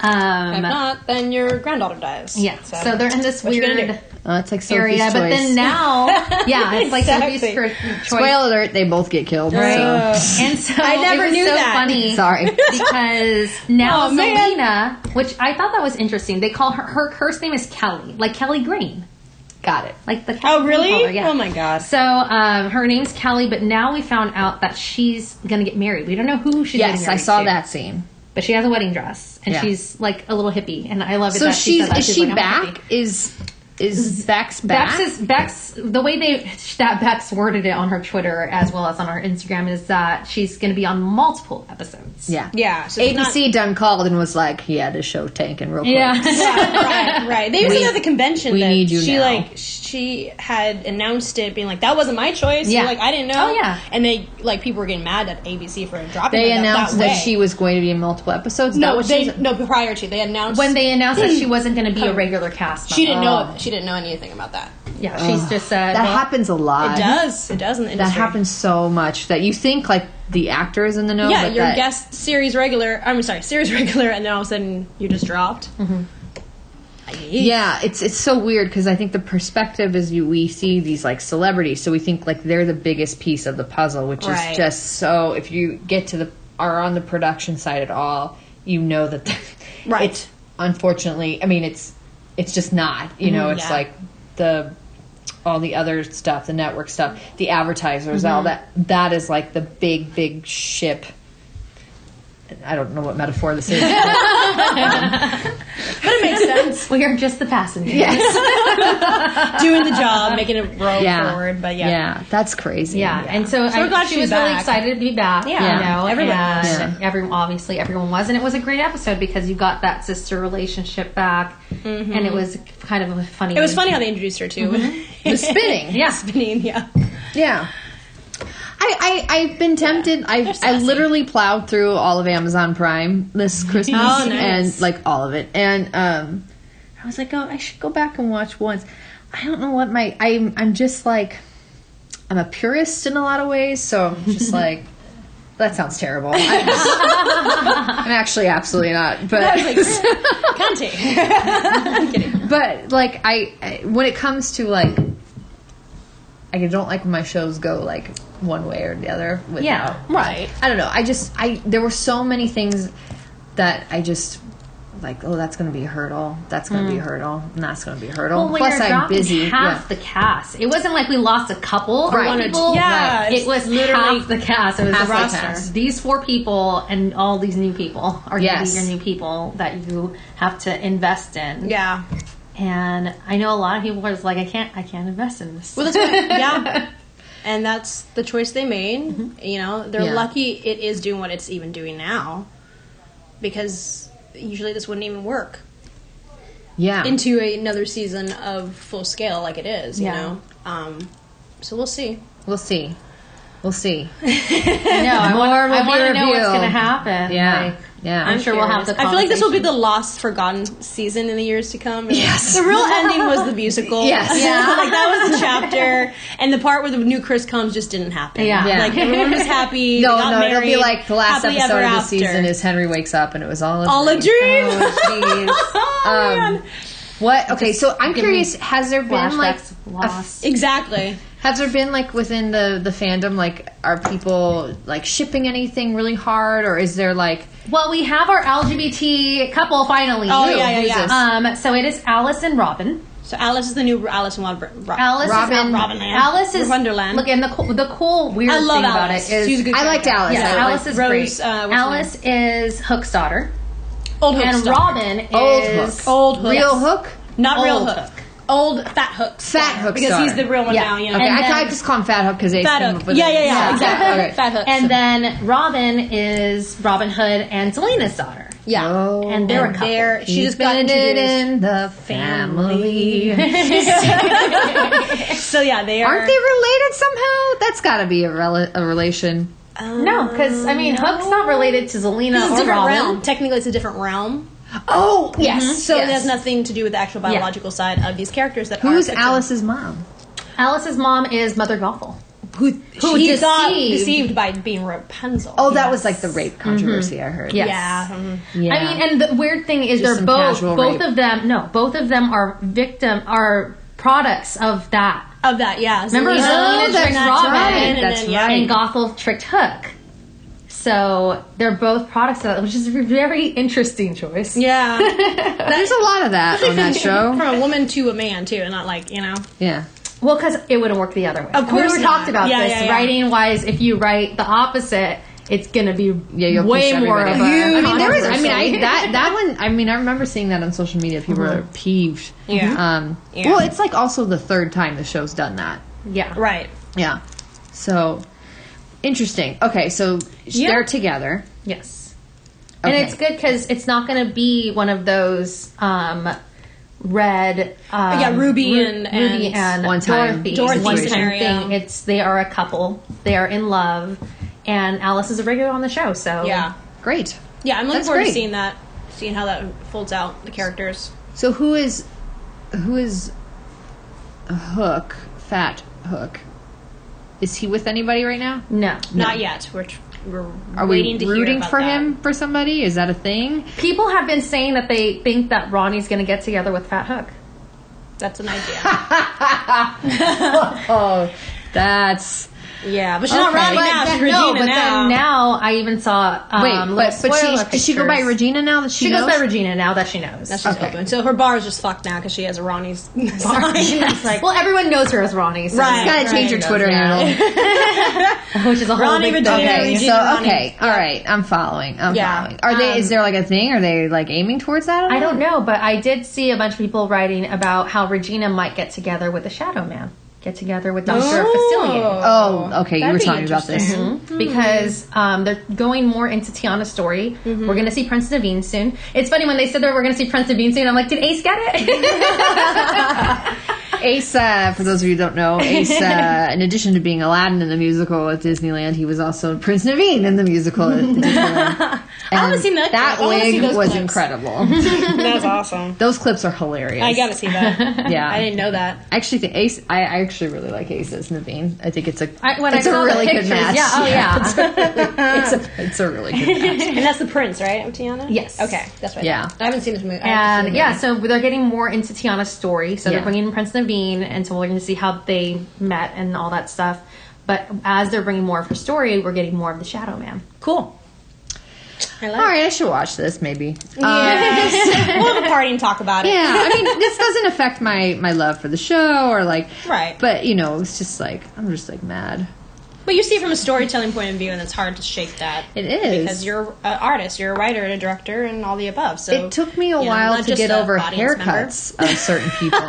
[SPEAKER 8] If
[SPEAKER 7] Um,
[SPEAKER 8] not, then your granddaughter dies.
[SPEAKER 7] yeah. So, they're in this
[SPEAKER 8] what you gonna
[SPEAKER 7] weird
[SPEAKER 8] do?
[SPEAKER 5] Oh, it's like Sophie's
[SPEAKER 7] area,
[SPEAKER 5] choice.
[SPEAKER 7] but then
[SPEAKER 8] *laughs*
[SPEAKER 7] now, yeah, it's like
[SPEAKER 8] Exactly.
[SPEAKER 7] Sophie's choice.
[SPEAKER 5] Spoiler alert, they both get killed.
[SPEAKER 8] Right.
[SPEAKER 7] And so
[SPEAKER 8] I never
[SPEAKER 7] it was
[SPEAKER 8] knew
[SPEAKER 7] so
[SPEAKER 8] that.
[SPEAKER 7] funny.
[SPEAKER 8] *laughs*
[SPEAKER 5] So. Sorry.
[SPEAKER 7] because now
[SPEAKER 8] Oh, man.
[SPEAKER 7] Selena, which I thought that was interesting, they call her her first name is Kelly, like Kelly Green,
[SPEAKER 5] Got it.
[SPEAKER 7] like the
[SPEAKER 8] Oh, really?
[SPEAKER 7] color, yeah.
[SPEAKER 8] Oh my god.
[SPEAKER 7] So um, her name's Kelly, but now we found out that she's gonna get married. We don't know who she's.
[SPEAKER 5] Yes,
[SPEAKER 7] getting married
[SPEAKER 5] I saw
[SPEAKER 7] to,
[SPEAKER 5] that scene.
[SPEAKER 7] But she has a wedding dress, and
[SPEAKER 5] Yeah.
[SPEAKER 7] she's like a little hippie, and I love it.
[SPEAKER 5] So
[SPEAKER 7] that she
[SPEAKER 5] she's
[SPEAKER 7] said that.
[SPEAKER 5] is she
[SPEAKER 7] like, I'm a hippie.
[SPEAKER 5] back? Is is Bex back?
[SPEAKER 7] Bex is Bex. The way they that Bex worded it on her Twitter as well as on her Instagram is that she's going to be on multiple episodes.
[SPEAKER 5] yeah.
[SPEAKER 8] Yeah. So it's
[SPEAKER 5] ABC done called and was like, he had to show tanking real quick.
[SPEAKER 7] Yeah.
[SPEAKER 8] not- *laughs* right, right. They even said at the convention
[SPEAKER 5] we
[SPEAKER 8] that
[SPEAKER 5] need you
[SPEAKER 8] she
[SPEAKER 5] now.
[SPEAKER 8] like she had announced it, being like that wasn't my choice.
[SPEAKER 7] Yeah.
[SPEAKER 8] Like I didn't know.
[SPEAKER 7] Oh, yeah.
[SPEAKER 8] And they like people were getting mad at ABC for dropping.
[SPEAKER 5] They
[SPEAKER 8] it that-
[SPEAKER 5] announced
[SPEAKER 8] that,
[SPEAKER 5] that,
[SPEAKER 8] way.
[SPEAKER 5] she was going to be in multiple episodes. That
[SPEAKER 8] No,
[SPEAKER 5] was
[SPEAKER 8] they
[SPEAKER 5] she's-
[SPEAKER 8] no prior to they announced
[SPEAKER 7] *laughs* when they announced that she wasn't going to be a regular cast.
[SPEAKER 8] she didn't
[SPEAKER 5] Oh.
[SPEAKER 7] member.
[SPEAKER 8] know she didn't know anything about that.
[SPEAKER 7] Yeah, she's just said
[SPEAKER 5] that
[SPEAKER 7] well,
[SPEAKER 5] happens a lot.
[SPEAKER 8] It does. It does in the
[SPEAKER 5] That
[SPEAKER 8] industry.
[SPEAKER 5] happens so much that you think like the actor is in the know.
[SPEAKER 8] Yeah,
[SPEAKER 5] but
[SPEAKER 8] your
[SPEAKER 5] that-
[SPEAKER 8] guest series regular. I'm sorry, series *laughs* regular, and then all of a sudden you just dropped.
[SPEAKER 5] Mm-hmm. Yeah, it's it's so weird because I think the perspective is you we see these like celebrities, so we think like they're the biggest piece of the puzzle, which
[SPEAKER 8] Right.
[SPEAKER 5] is just so. If you get to the are on the production side at all, you know that *laughs* the,
[SPEAKER 8] Right.
[SPEAKER 5] It's unfortunately, I mean, it's it's just not. You know, it's
[SPEAKER 8] Mm-hmm. yeah.
[SPEAKER 5] like the all the other stuff, the network stuff, the advertisers,
[SPEAKER 8] Mm-hmm.
[SPEAKER 5] all that. That is like the big big ship. I don't know what metaphor
[SPEAKER 8] *laughs*
[SPEAKER 5] this is. *laughs*
[SPEAKER 7] we are just the passenger. Yeah,
[SPEAKER 8] Doing the job, making it roll
[SPEAKER 5] yeah,
[SPEAKER 8] forward. But
[SPEAKER 5] yeah, that's crazy.
[SPEAKER 7] and so,
[SPEAKER 8] So we're
[SPEAKER 7] I,
[SPEAKER 8] glad
[SPEAKER 7] she
[SPEAKER 8] she's
[SPEAKER 7] was really
[SPEAKER 8] back.
[SPEAKER 7] excited to be back.
[SPEAKER 8] Yeah.
[SPEAKER 7] you know,
[SPEAKER 8] Everyone
[SPEAKER 7] and
[SPEAKER 8] was.
[SPEAKER 5] Yeah.
[SPEAKER 7] everyone obviously everyone was, and it was a great episode because you got that sister relationship back, and it was kind of a funny.
[SPEAKER 8] It was funny how they introduced her too. *laughs*
[SPEAKER 5] the spinning.
[SPEAKER 7] Yeah,
[SPEAKER 8] Spinning,
[SPEAKER 5] *laughs*
[SPEAKER 8] yeah.
[SPEAKER 5] Yeah. I, I, I've been tempted. I, I literally plowed through all of Amazon Prime this Christmas
[SPEAKER 8] Oh, nice.
[SPEAKER 5] and like all of it. And um, I was like, oh, I should go back and watch once. I don't know what my I'm I'm just like I'm a purist in a lot of ways, so
[SPEAKER 8] *laughs*
[SPEAKER 5] I'm just like that sounds terrible. I'm, just- I'm actually absolutely not, but
[SPEAKER 8] Conte.
[SPEAKER 5] but like I, I when it comes to like I don't like when my shows go like one way or the other. Without,
[SPEAKER 7] Yeah,
[SPEAKER 8] right.
[SPEAKER 5] I don't know. I just I there were so many things that I just like. Oh, that's going to be a hurdle. That's going to be a hurdle. And that's going to be a hurdle.
[SPEAKER 7] Well, when
[SPEAKER 5] Plus,
[SPEAKER 7] you're
[SPEAKER 5] I'm
[SPEAKER 7] dropping
[SPEAKER 5] busy.
[SPEAKER 7] Half
[SPEAKER 5] yeah.
[SPEAKER 7] the cast. It wasn't like we lost a couple
[SPEAKER 5] Right.
[SPEAKER 7] or one or two.
[SPEAKER 8] Yeah,
[SPEAKER 7] it was
[SPEAKER 8] literally
[SPEAKER 7] literally half the cast. It was
[SPEAKER 5] half
[SPEAKER 7] half
[SPEAKER 5] the
[SPEAKER 7] the
[SPEAKER 5] cast.
[SPEAKER 7] roster. These four people and all these new people are
[SPEAKER 5] Yes.
[SPEAKER 7] going to be your new people that you have to invest in.
[SPEAKER 8] Yeah.
[SPEAKER 7] And I know a lot of people were just like, I can't, I can't invest in this.
[SPEAKER 8] Well, that's what, *laughs* yeah. And that's the choice they made. You know, they're
[SPEAKER 5] Mm-hmm. Yeah.
[SPEAKER 8] lucky it is doing what it's even doing now, because usually this wouldn't even work
[SPEAKER 5] yeah.
[SPEAKER 8] into another season of full scale like it is. You
[SPEAKER 7] Yeah.
[SPEAKER 8] know. Um, so we'll see.
[SPEAKER 5] we'll see. We'll see.
[SPEAKER 7] no, I want,
[SPEAKER 5] More
[SPEAKER 7] I
[SPEAKER 5] will
[SPEAKER 7] want
[SPEAKER 5] be
[SPEAKER 7] to know what's
[SPEAKER 5] revealed.
[SPEAKER 7] going to happen.
[SPEAKER 5] Yeah.
[SPEAKER 7] Like,
[SPEAKER 5] yeah.
[SPEAKER 7] I'm sure we'll have the.
[SPEAKER 8] I feel like this will be the lost, forgotten season in the years to come. *laughs*
[SPEAKER 5] Yes.
[SPEAKER 8] The real ending was
[SPEAKER 5] *laughs*
[SPEAKER 8] the musical.
[SPEAKER 5] Yes.
[SPEAKER 8] Yeah. *laughs* like that was the chapter, and the part where the new Chris comes just didn't happen.
[SPEAKER 7] Yeah. Yeah.
[SPEAKER 8] Like everyone was happy. they
[SPEAKER 5] *laughs* No,
[SPEAKER 8] got
[SPEAKER 5] no, it'll be
[SPEAKER 8] married,
[SPEAKER 5] like the last
[SPEAKER 8] happily ever
[SPEAKER 5] episode of the
[SPEAKER 8] after.
[SPEAKER 5] season is Henry wakes up and it was all a
[SPEAKER 8] all a
[SPEAKER 5] dream.
[SPEAKER 8] dream.
[SPEAKER 5] Oh,
[SPEAKER 8] *laughs* Oh,
[SPEAKER 5] Um,
[SPEAKER 8] man.
[SPEAKER 5] What? Okay, so I'm curious. Has there been like
[SPEAKER 7] flashbacks
[SPEAKER 5] a-
[SPEAKER 7] lost.
[SPEAKER 8] Exactly.
[SPEAKER 5] Has there been like within the the fandom like are people like shipping anything really hard or is there like
[SPEAKER 7] Well, we have our LGBT couple finally.
[SPEAKER 8] Oh, yeah, yeah,
[SPEAKER 5] Who's
[SPEAKER 8] yeah.
[SPEAKER 5] this?
[SPEAKER 7] Um, so it is Alice and Robin.
[SPEAKER 8] So Alice is the new Alice in Wonder- Ro-
[SPEAKER 7] Alice
[SPEAKER 5] Robin-
[SPEAKER 7] is
[SPEAKER 8] Robin Land.
[SPEAKER 7] Alice is
[SPEAKER 8] Wonderland.
[SPEAKER 7] Look, and the cool, the cool weird
[SPEAKER 8] I love
[SPEAKER 7] thing
[SPEAKER 8] Alice.
[SPEAKER 7] about it is
[SPEAKER 8] She's a good
[SPEAKER 5] I liked
[SPEAKER 8] character.
[SPEAKER 5] Alice.
[SPEAKER 7] yeah,
[SPEAKER 5] I
[SPEAKER 7] Alice
[SPEAKER 5] liked-
[SPEAKER 7] is
[SPEAKER 8] Rose,
[SPEAKER 7] great.
[SPEAKER 8] uh, what's her
[SPEAKER 7] Alice is Hook's daughter,
[SPEAKER 8] Old Hook.
[SPEAKER 7] and
[SPEAKER 8] style.
[SPEAKER 7] Robin is
[SPEAKER 5] old hook,
[SPEAKER 8] Old Hook.
[SPEAKER 5] real
[SPEAKER 8] Yes.
[SPEAKER 5] hook,
[SPEAKER 8] Not real
[SPEAKER 7] Old
[SPEAKER 8] hook. Old Fat Hook.
[SPEAKER 5] fat hook
[SPEAKER 8] Because
[SPEAKER 5] star.
[SPEAKER 8] he's the real one
[SPEAKER 7] Yeah.
[SPEAKER 8] now. Yeah.
[SPEAKER 5] Okay,
[SPEAKER 7] And
[SPEAKER 5] I, I
[SPEAKER 7] then-
[SPEAKER 5] just call him fat hook because they
[SPEAKER 8] Fat
[SPEAKER 5] came
[SPEAKER 8] Hook.
[SPEAKER 5] up with
[SPEAKER 8] Yeah,
[SPEAKER 5] it.
[SPEAKER 8] yeah, yeah, exactly.
[SPEAKER 5] Okay.
[SPEAKER 8] Fat Hook.
[SPEAKER 7] and then Robin is Robin Hood and Selena's daughter.
[SPEAKER 8] yeah.
[SPEAKER 5] Oh,
[SPEAKER 7] And they're a couple.
[SPEAKER 8] There, she just got
[SPEAKER 5] been it
[SPEAKER 8] introduced.
[SPEAKER 5] in the family.
[SPEAKER 8] So yeah, they are.
[SPEAKER 5] Aren't they related somehow? That's got to be a, rela- a relation.
[SPEAKER 7] no, because I mean, Hook's not related to Zelena
[SPEAKER 8] It's a
[SPEAKER 7] or
[SPEAKER 8] different
[SPEAKER 7] Robin.
[SPEAKER 8] realm. Technically, it's a different realm.
[SPEAKER 5] Oh yes,
[SPEAKER 8] So it has nothing to do with the actual
[SPEAKER 7] Yeah.
[SPEAKER 8] biological side of these characters that are.
[SPEAKER 5] Who's
[SPEAKER 8] fictional.
[SPEAKER 5] Alice's mom?
[SPEAKER 7] Alice's mom is Mother Gothel.
[SPEAKER 5] who
[SPEAKER 8] Who
[SPEAKER 5] she-
[SPEAKER 8] he got
[SPEAKER 7] deceived.
[SPEAKER 8] deceived by being Rapunzel.
[SPEAKER 5] Oh, that was like the rape controversy I heard.
[SPEAKER 7] Yes.
[SPEAKER 8] Yeah. mhm.
[SPEAKER 5] Yeah.
[SPEAKER 7] I mean, and the weird thing is,
[SPEAKER 5] Just
[SPEAKER 7] they're
[SPEAKER 5] some
[SPEAKER 7] both
[SPEAKER 5] casual
[SPEAKER 7] both
[SPEAKER 5] rape.
[SPEAKER 7] of them. No, both of them are victim are products of that.
[SPEAKER 8] Of that, yeah.
[SPEAKER 7] Remember,
[SPEAKER 8] Zelina
[SPEAKER 7] Zelina
[SPEAKER 8] tricked
[SPEAKER 7] tricked Robin,
[SPEAKER 5] right.
[SPEAKER 8] and
[SPEAKER 5] That's
[SPEAKER 8] then, *laughs* yeah,
[SPEAKER 5] right.
[SPEAKER 7] and Gothel tricked Hook. So they're both products of that, which is a very interesting choice.
[SPEAKER 8] Yeah.
[SPEAKER 5] There's a lot of that
[SPEAKER 8] *laughs*
[SPEAKER 5] on that show.
[SPEAKER 8] From a woman to a man, too, and not like, you know.
[SPEAKER 5] Yeah.
[SPEAKER 7] Well, because it would have worked the other way.
[SPEAKER 8] Of course
[SPEAKER 7] we
[SPEAKER 8] not.
[SPEAKER 7] talked about
[SPEAKER 8] Yeah,
[SPEAKER 7] this
[SPEAKER 8] yeah, yeah.
[SPEAKER 7] writing wise. If you write the opposite, it's gonna be
[SPEAKER 5] Yeah, you'll
[SPEAKER 7] way
[SPEAKER 5] piss
[SPEAKER 7] more of
[SPEAKER 5] everybody
[SPEAKER 7] a.
[SPEAKER 5] off. I mean, there was. I mean,
[SPEAKER 7] controversy.
[SPEAKER 5] I, that that one. I mean, I remember seeing that on social media. People are peeved.
[SPEAKER 8] Mm-hmm. Yeah.
[SPEAKER 5] Um. Well, it's like also the third time the show's done that.
[SPEAKER 7] yeah,
[SPEAKER 8] Right.
[SPEAKER 5] Yeah. So interesting. Okay, so they're together.
[SPEAKER 7] Yes.
[SPEAKER 5] Okay.
[SPEAKER 7] And it's good because it's not going to be one of those um, red. Um,
[SPEAKER 8] Yeah, Ruby and-
[SPEAKER 7] Ruby
[SPEAKER 8] and
[SPEAKER 7] and
[SPEAKER 5] One time
[SPEAKER 7] Dorothy,
[SPEAKER 5] Dorothy
[SPEAKER 7] one time
[SPEAKER 8] situation.
[SPEAKER 7] thing.
[SPEAKER 8] Yeah.
[SPEAKER 7] It's they are a couple. They are in love, and Alice is a regular on the show. So
[SPEAKER 8] Yeah.
[SPEAKER 5] Great.
[SPEAKER 8] Yeah, I'm looking
[SPEAKER 5] That's
[SPEAKER 8] forward
[SPEAKER 5] great.
[SPEAKER 8] to seeing that, seeing how that folds out, the characters.
[SPEAKER 5] So who is who is Hook? Fat Hook. Is he with anybody right now?
[SPEAKER 7] no,
[SPEAKER 8] Not yet. We're, tr- we're
[SPEAKER 5] Are
[SPEAKER 8] waiting
[SPEAKER 5] we
[SPEAKER 8] to hear
[SPEAKER 5] rooting
[SPEAKER 8] about
[SPEAKER 5] for
[SPEAKER 8] that.
[SPEAKER 5] him for somebody? Is that a thing?
[SPEAKER 7] people have been saying that they think that Ronnie's going to get together with Fat Hook.
[SPEAKER 8] That's an idea.
[SPEAKER 5] Oh, that's
[SPEAKER 8] yeah, but she's
[SPEAKER 5] Okay.
[SPEAKER 8] not Ronnie
[SPEAKER 5] But
[SPEAKER 8] now.
[SPEAKER 7] then-
[SPEAKER 8] She's Regina
[SPEAKER 7] no, but
[SPEAKER 8] now.
[SPEAKER 7] then now I even saw. Um,
[SPEAKER 5] wait. but
[SPEAKER 7] little
[SPEAKER 5] but
[SPEAKER 7] spoiler
[SPEAKER 5] she does she go by
[SPEAKER 7] pictures.
[SPEAKER 5] Regina now that she,
[SPEAKER 7] She
[SPEAKER 5] knows?
[SPEAKER 7] goes by Regina now that she knows.
[SPEAKER 8] Now she's
[SPEAKER 5] Okay.
[SPEAKER 8] open. So her bar is just fucked now because she has a Ronnie's bar.
[SPEAKER 7] It's like, well, everyone knows her as Ronnie. So
[SPEAKER 8] Right.
[SPEAKER 5] You gotta change your Twitter handle.
[SPEAKER 7] *laughs* which is a whole
[SPEAKER 8] Ronnie
[SPEAKER 7] big
[SPEAKER 8] Regina.
[SPEAKER 7] thing.
[SPEAKER 5] Okay,
[SPEAKER 8] Regina
[SPEAKER 5] so
[SPEAKER 8] Ronnie.
[SPEAKER 5] okay, all right. I'm following. I'm
[SPEAKER 8] Yeah. Um,
[SPEAKER 5] following. Are they? Is there like a thing? Are they like aiming towards that? at
[SPEAKER 7] I
[SPEAKER 5] all?
[SPEAKER 7] don't know, but I did see a bunch of people writing about how Regina might get together with the Shadow Man, get together with Doctor Facilier,
[SPEAKER 5] Oh, Mm-hmm. okay. You
[SPEAKER 8] That'd
[SPEAKER 5] were
[SPEAKER 8] be
[SPEAKER 5] talking about this.
[SPEAKER 7] because um, they're going more into Tiana's story.
[SPEAKER 5] Mm-hmm.
[SPEAKER 7] We're gonna see Prince Naveen soon. It's funny when they said that we're gonna see Prince Naveen soon. I'm like, did Ace get
[SPEAKER 5] *laughs*
[SPEAKER 7] it?
[SPEAKER 5] Ace, uh, for those of you who don't know, Ace, uh,
[SPEAKER 8] *laughs*
[SPEAKER 5] in addition to being Aladdin in the musical at Disneyland, he was also Prince Naveen in the musical
[SPEAKER 8] *laughs*
[SPEAKER 5] at Disneyland. I
[SPEAKER 8] haven't seen that
[SPEAKER 5] That
[SPEAKER 8] clip. I wanna see
[SPEAKER 5] wig
[SPEAKER 8] those
[SPEAKER 5] was
[SPEAKER 8] clips.
[SPEAKER 5] incredible.
[SPEAKER 8] *laughs* That's awesome.
[SPEAKER 5] those clips are hilarious.
[SPEAKER 8] I gotta see
[SPEAKER 5] *laughs*
[SPEAKER 8] that.
[SPEAKER 5] Yeah.
[SPEAKER 8] I didn't know that.
[SPEAKER 5] I actually think Ace. I I actually really like Ace as Naveen. I think it's a
[SPEAKER 7] I- when I
[SPEAKER 5] it's a
[SPEAKER 7] saw the
[SPEAKER 5] really good
[SPEAKER 7] pictures,
[SPEAKER 5] match.
[SPEAKER 7] yeah, oh, yeah.
[SPEAKER 5] *laughs* it's, *laughs* a, it's a
[SPEAKER 8] *laughs*
[SPEAKER 5] really good match.
[SPEAKER 8] And that's the prince, right, of Tiana?
[SPEAKER 7] Yes.
[SPEAKER 8] Okay, that's right.
[SPEAKER 5] Yeah.
[SPEAKER 8] I haven't seen this movie. I haven't
[SPEAKER 7] and
[SPEAKER 8] seen it.
[SPEAKER 7] yeah, so they're getting more into Tiana's story. So
[SPEAKER 5] Yeah.
[SPEAKER 7] they're bringing in Prince Naveen, and so we're going to see how they met and all that stuff. But as they're bringing more of her story, we're getting more of the Shadow Man.
[SPEAKER 5] Cool.
[SPEAKER 8] I
[SPEAKER 5] All *laughs*
[SPEAKER 8] love it. *laughs*
[SPEAKER 5] right, I should watch this maybe. Uh,
[SPEAKER 8] Yes. we'll have a party and talk about it.
[SPEAKER 5] Yeah, I mean, this doesn't affect my my love for the show or like,
[SPEAKER 8] Right.
[SPEAKER 5] But you know, it's just like I'm just like mad.
[SPEAKER 8] But you see it from a storytelling point of view, and it's hard to shake that.
[SPEAKER 5] It is
[SPEAKER 8] Because you're an artist, you're a writer and a director, and all the above. So
[SPEAKER 5] It took me a
[SPEAKER 8] you know,
[SPEAKER 5] while
[SPEAKER 8] not
[SPEAKER 5] to
[SPEAKER 8] just
[SPEAKER 5] get
[SPEAKER 8] a
[SPEAKER 5] over
[SPEAKER 8] audience member.
[SPEAKER 5] haircuts
[SPEAKER 8] *laughs*
[SPEAKER 5] of certain people.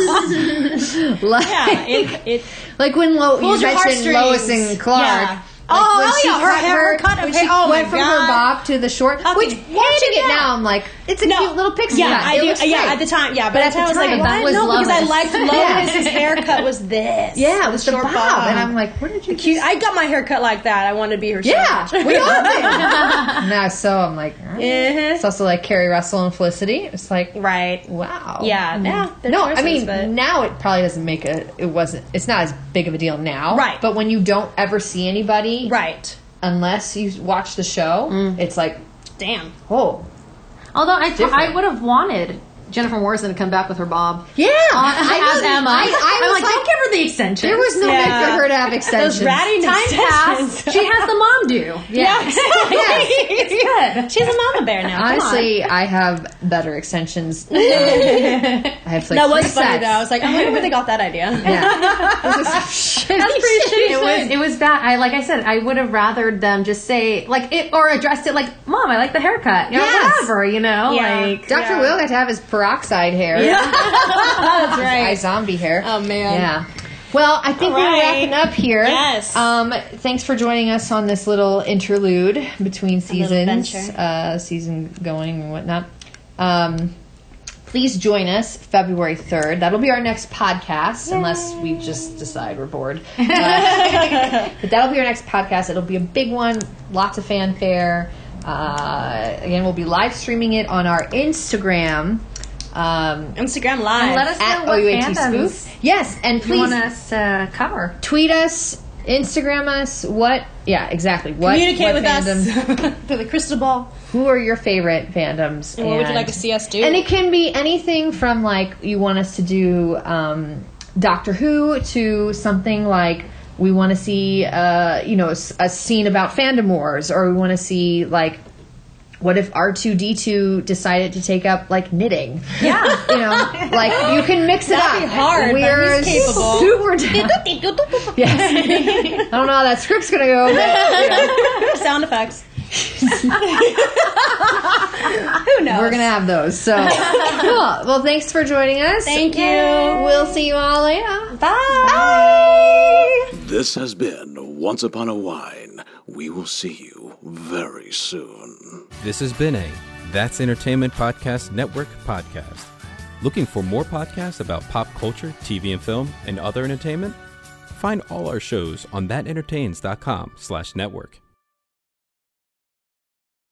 [SPEAKER 5] *laughs* like,
[SPEAKER 8] Yeah, it,
[SPEAKER 5] *laughs*
[SPEAKER 8] it
[SPEAKER 5] like when Lo- you
[SPEAKER 8] Pulled your
[SPEAKER 5] mentioned Lois
[SPEAKER 8] heartstrings.
[SPEAKER 5] and Clark.
[SPEAKER 8] Yeah.
[SPEAKER 5] Like
[SPEAKER 8] Oh,
[SPEAKER 5] when
[SPEAKER 8] oh,
[SPEAKER 5] she
[SPEAKER 8] yeah, her
[SPEAKER 5] cut
[SPEAKER 8] hair- her cut of
[SPEAKER 5] when
[SPEAKER 8] hair-
[SPEAKER 5] she
[SPEAKER 8] oh, my
[SPEAKER 5] went from her
[SPEAKER 8] God.
[SPEAKER 5] bob to the short.
[SPEAKER 8] Fucking
[SPEAKER 5] Which
[SPEAKER 8] hated
[SPEAKER 5] watching it
[SPEAKER 8] that.
[SPEAKER 5] now, I'm like, it's a cute little picture.
[SPEAKER 8] Yeah, I
[SPEAKER 5] it
[SPEAKER 8] do.
[SPEAKER 5] looks
[SPEAKER 8] yeah,
[SPEAKER 5] great.
[SPEAKER 8] at the time, yeah. But,
[SPEAKER 5] But
[SPEAKER 8] at
[SPEAKER 5] at
[SPEAKER 8] the time, I was
[SPEAKER 5] the
[SPEAKER 8] like,
[SPEAKER 5] time,
[SPEAKER 8] what?
[SPEAKER 5] that was
[SPEAKER 8] No, because I
[SPEAKER 7] Lois.
[SPEAKER 8] liked Lois's haircut was this.
[SPEAKER 5] *laughs* yeah, it was the
[SPEAKER 8] short
[SPEAKER 5] bob, and I'm like, where did you?
[SPEAKER 8] cute. I got my haircut like that. I wanted to be her.
[SPEAKER 5] *laughs* Yeah,
[SPEAKER 8] so much.
[SPEAKER 5] we all did. now, so I'm like, all right. it's
[SPEAKER 8] Mhm.
[SPEAKER 5] also like Carrie Russell and Felicity. It's like,
[SPEAKER 8] *laughs* right.
[SPEAKER 5] wow. Mm.
[SPEAKER 8] Yeah, yeah. they're
[SPEAKER 5] No, I
[SPEAKER 8] choices,
[SPEAKER 5] mean
[SPEAKER 8] but-
[SPEAKER 5] now it probably doesn't make a. It wasn't. It's not as big of a deal now,
[SPEAKER 8] Right.
[SPEAKER 5] But when you don't ever see anybody,
[SPEAKER 8] right. Mm.
[SPEAKER 5] Unless you watch the show, it's like,
[SPEAKER 8] Damn.
[SPEAKER 5] oh,
[SPEAKER 7] Although I,
[SPEAKER 5] Different.
[SPEAKER 7] I would have wanted Jennifer Morrison to come back with her *laughs* bob.
[SPEAKER 5] yeah.
[SPEAKER 7] Uh, as
[SPEAKER 5] know-
[SPEAKER 7] Emma.
[SPEAKER 5] I, I
[SPEAKER 7] am
[SPEAKER 5] was
[SPEAKER 7] like,
[SPEAKER 5] like,
[SPEAKER 7] don't give her the extension.
[SPEAKER 5] there was no
[SPEAKER 8] Yeah.
[SPEAKER 5] need for her to have extensions.
[SPEAKER 8] Those ratty
[SPEAKER 5] *laughs*
[SPEAKER 7] time
[SPEAKER 8] extensions.
[SPEAKER 7] passed. She has the mom *laughs* do.
[SPEAKER 5] Yeah.
[SPEAKER 7] *laughs*
[SPEAKER 8] it's good. She's a mama bear now. come on.
[SPEAKER 5] Honestly, I have better
[SPEAKER 8] *laughs*
[SPEAKER 5] extensions. Um, I
[SPEAKER 8] that
[SPEAKER 5] have like three
[SPEAKER 8] was funny
[SPEAKER 5] sets.
[SPEAKER 8] though. I was like, "Oh, I wonder where they got that idea.
[SPEAKER 5] *laughs* yeah. That's pretty
[SPEAKER 7] It was it was bad. I like I said, I would have rathered them just say like it or addressed it like, Mom, I like the haircut. You know,
[SPEAKER 5] Yes.
[SPEAKER 7] whatever, you know?
[SPEAKER 8] Yeah.
[SPEAKER 7] Like
[SPEAKER 5] Dr. Will got to have his peroxide hair.
[SPEAKER 8] That's
[SPEAKER 5] I
[SPEAKER 8] right.
[SPEAKER 5] zombie hair.
[SPEAKER 8] Oh, man.
[SPEAKER 5] Yeah. Well, I think
[SPEAKER 8] All
[SPEAKER 5] we're
[SPEAKER 8] right.
[SPEAKER 5] wrapping up here.
[SPEAKER 8] Yes.
[SPEAKER 5] Um, thanks for joining us on this little interlude between seasons,
[SPEAKER 8] adventure.
[SPEAKER 5] uh, season going and whatnot. Um, please join us February third. That'll be our next podcast, unless we just decide
[SPEAKER 8] *laughs*
[SPEAKER 5] we're bored. Uh, but that'll be our next podcast. It'll be a big one, lots of fanfare. Uh, again, we'll be live streaming it on our Instagram. Um,
[SPEAKER 8] Instagram live.
[SPEAKER 7] let us know
[SPEAKER 5] at
[SPEAKER 7] what
[SPEAKER 5] OUAT
[SPEAKER 7] fandoms
[SPEAKER 5] Spoof. Yes, and
[SPEAKER 7] you
[SPEAKER 5] please
[SPEAKER 7] want us to cover.
[SPEAKER 5] tweet us Instagram us. What? Yeah, exactly. What?
[SPEAKER 8] Communicate
[SPEAKER 5] what
[SPEAKER 8] with
[SPEAKER 5] fandoms,
[SPEAKER 8] *laughs* us through the crystal ball.
[SPEAKER 5] Who are your favorite fandoms?
[SPEAKER 8] What would you
[SPEAKER 5] and-
[SPEAKER 8] like to see us do?
[SPEAKER 5] And it can be anything from like you want us to do um, Doctor Who to something like we want to see uh, you know a, s- a scene about fandom wars, or we want to see like what if R two D two decided to take up like knitting? Yeah, *laughs* you know, like you can mix it
[SPEAKER 8] That'd be
[SPEAKER 5] up.
[SPEAKER 8] hard, but
[SPEAKER 5] We're
[SPEAKER 8] he's capable.
[SPEAKER 5] super down. Yes, I don't know how that script's gonna go. But, you know,
[SPEAKER 8] Sound
[SPEAKER 5] *laughs*
[SPEAKER 8] effects. *laughs* Who knows?
[SPEAKER 5] we're gonna have those.
[SPEAKER 8] *laughs*
[SPEAKER 5] So cool. Well, thanks for joining us.
[SPEAKER 8] Thank you.
[SPEAKER 5] We'll see you all later.
[SPEAKER 8] Bye.
[SPEAKER 1] This has been Once Upon a Wine. We will see you very soon.
[SPEAKER 9] This has been a That's Entertainment Podcast Network podcast. Looking for more podcasts about pop culture, TV and film, and other entertainment? Find all our shows on thatentertains.com slash network.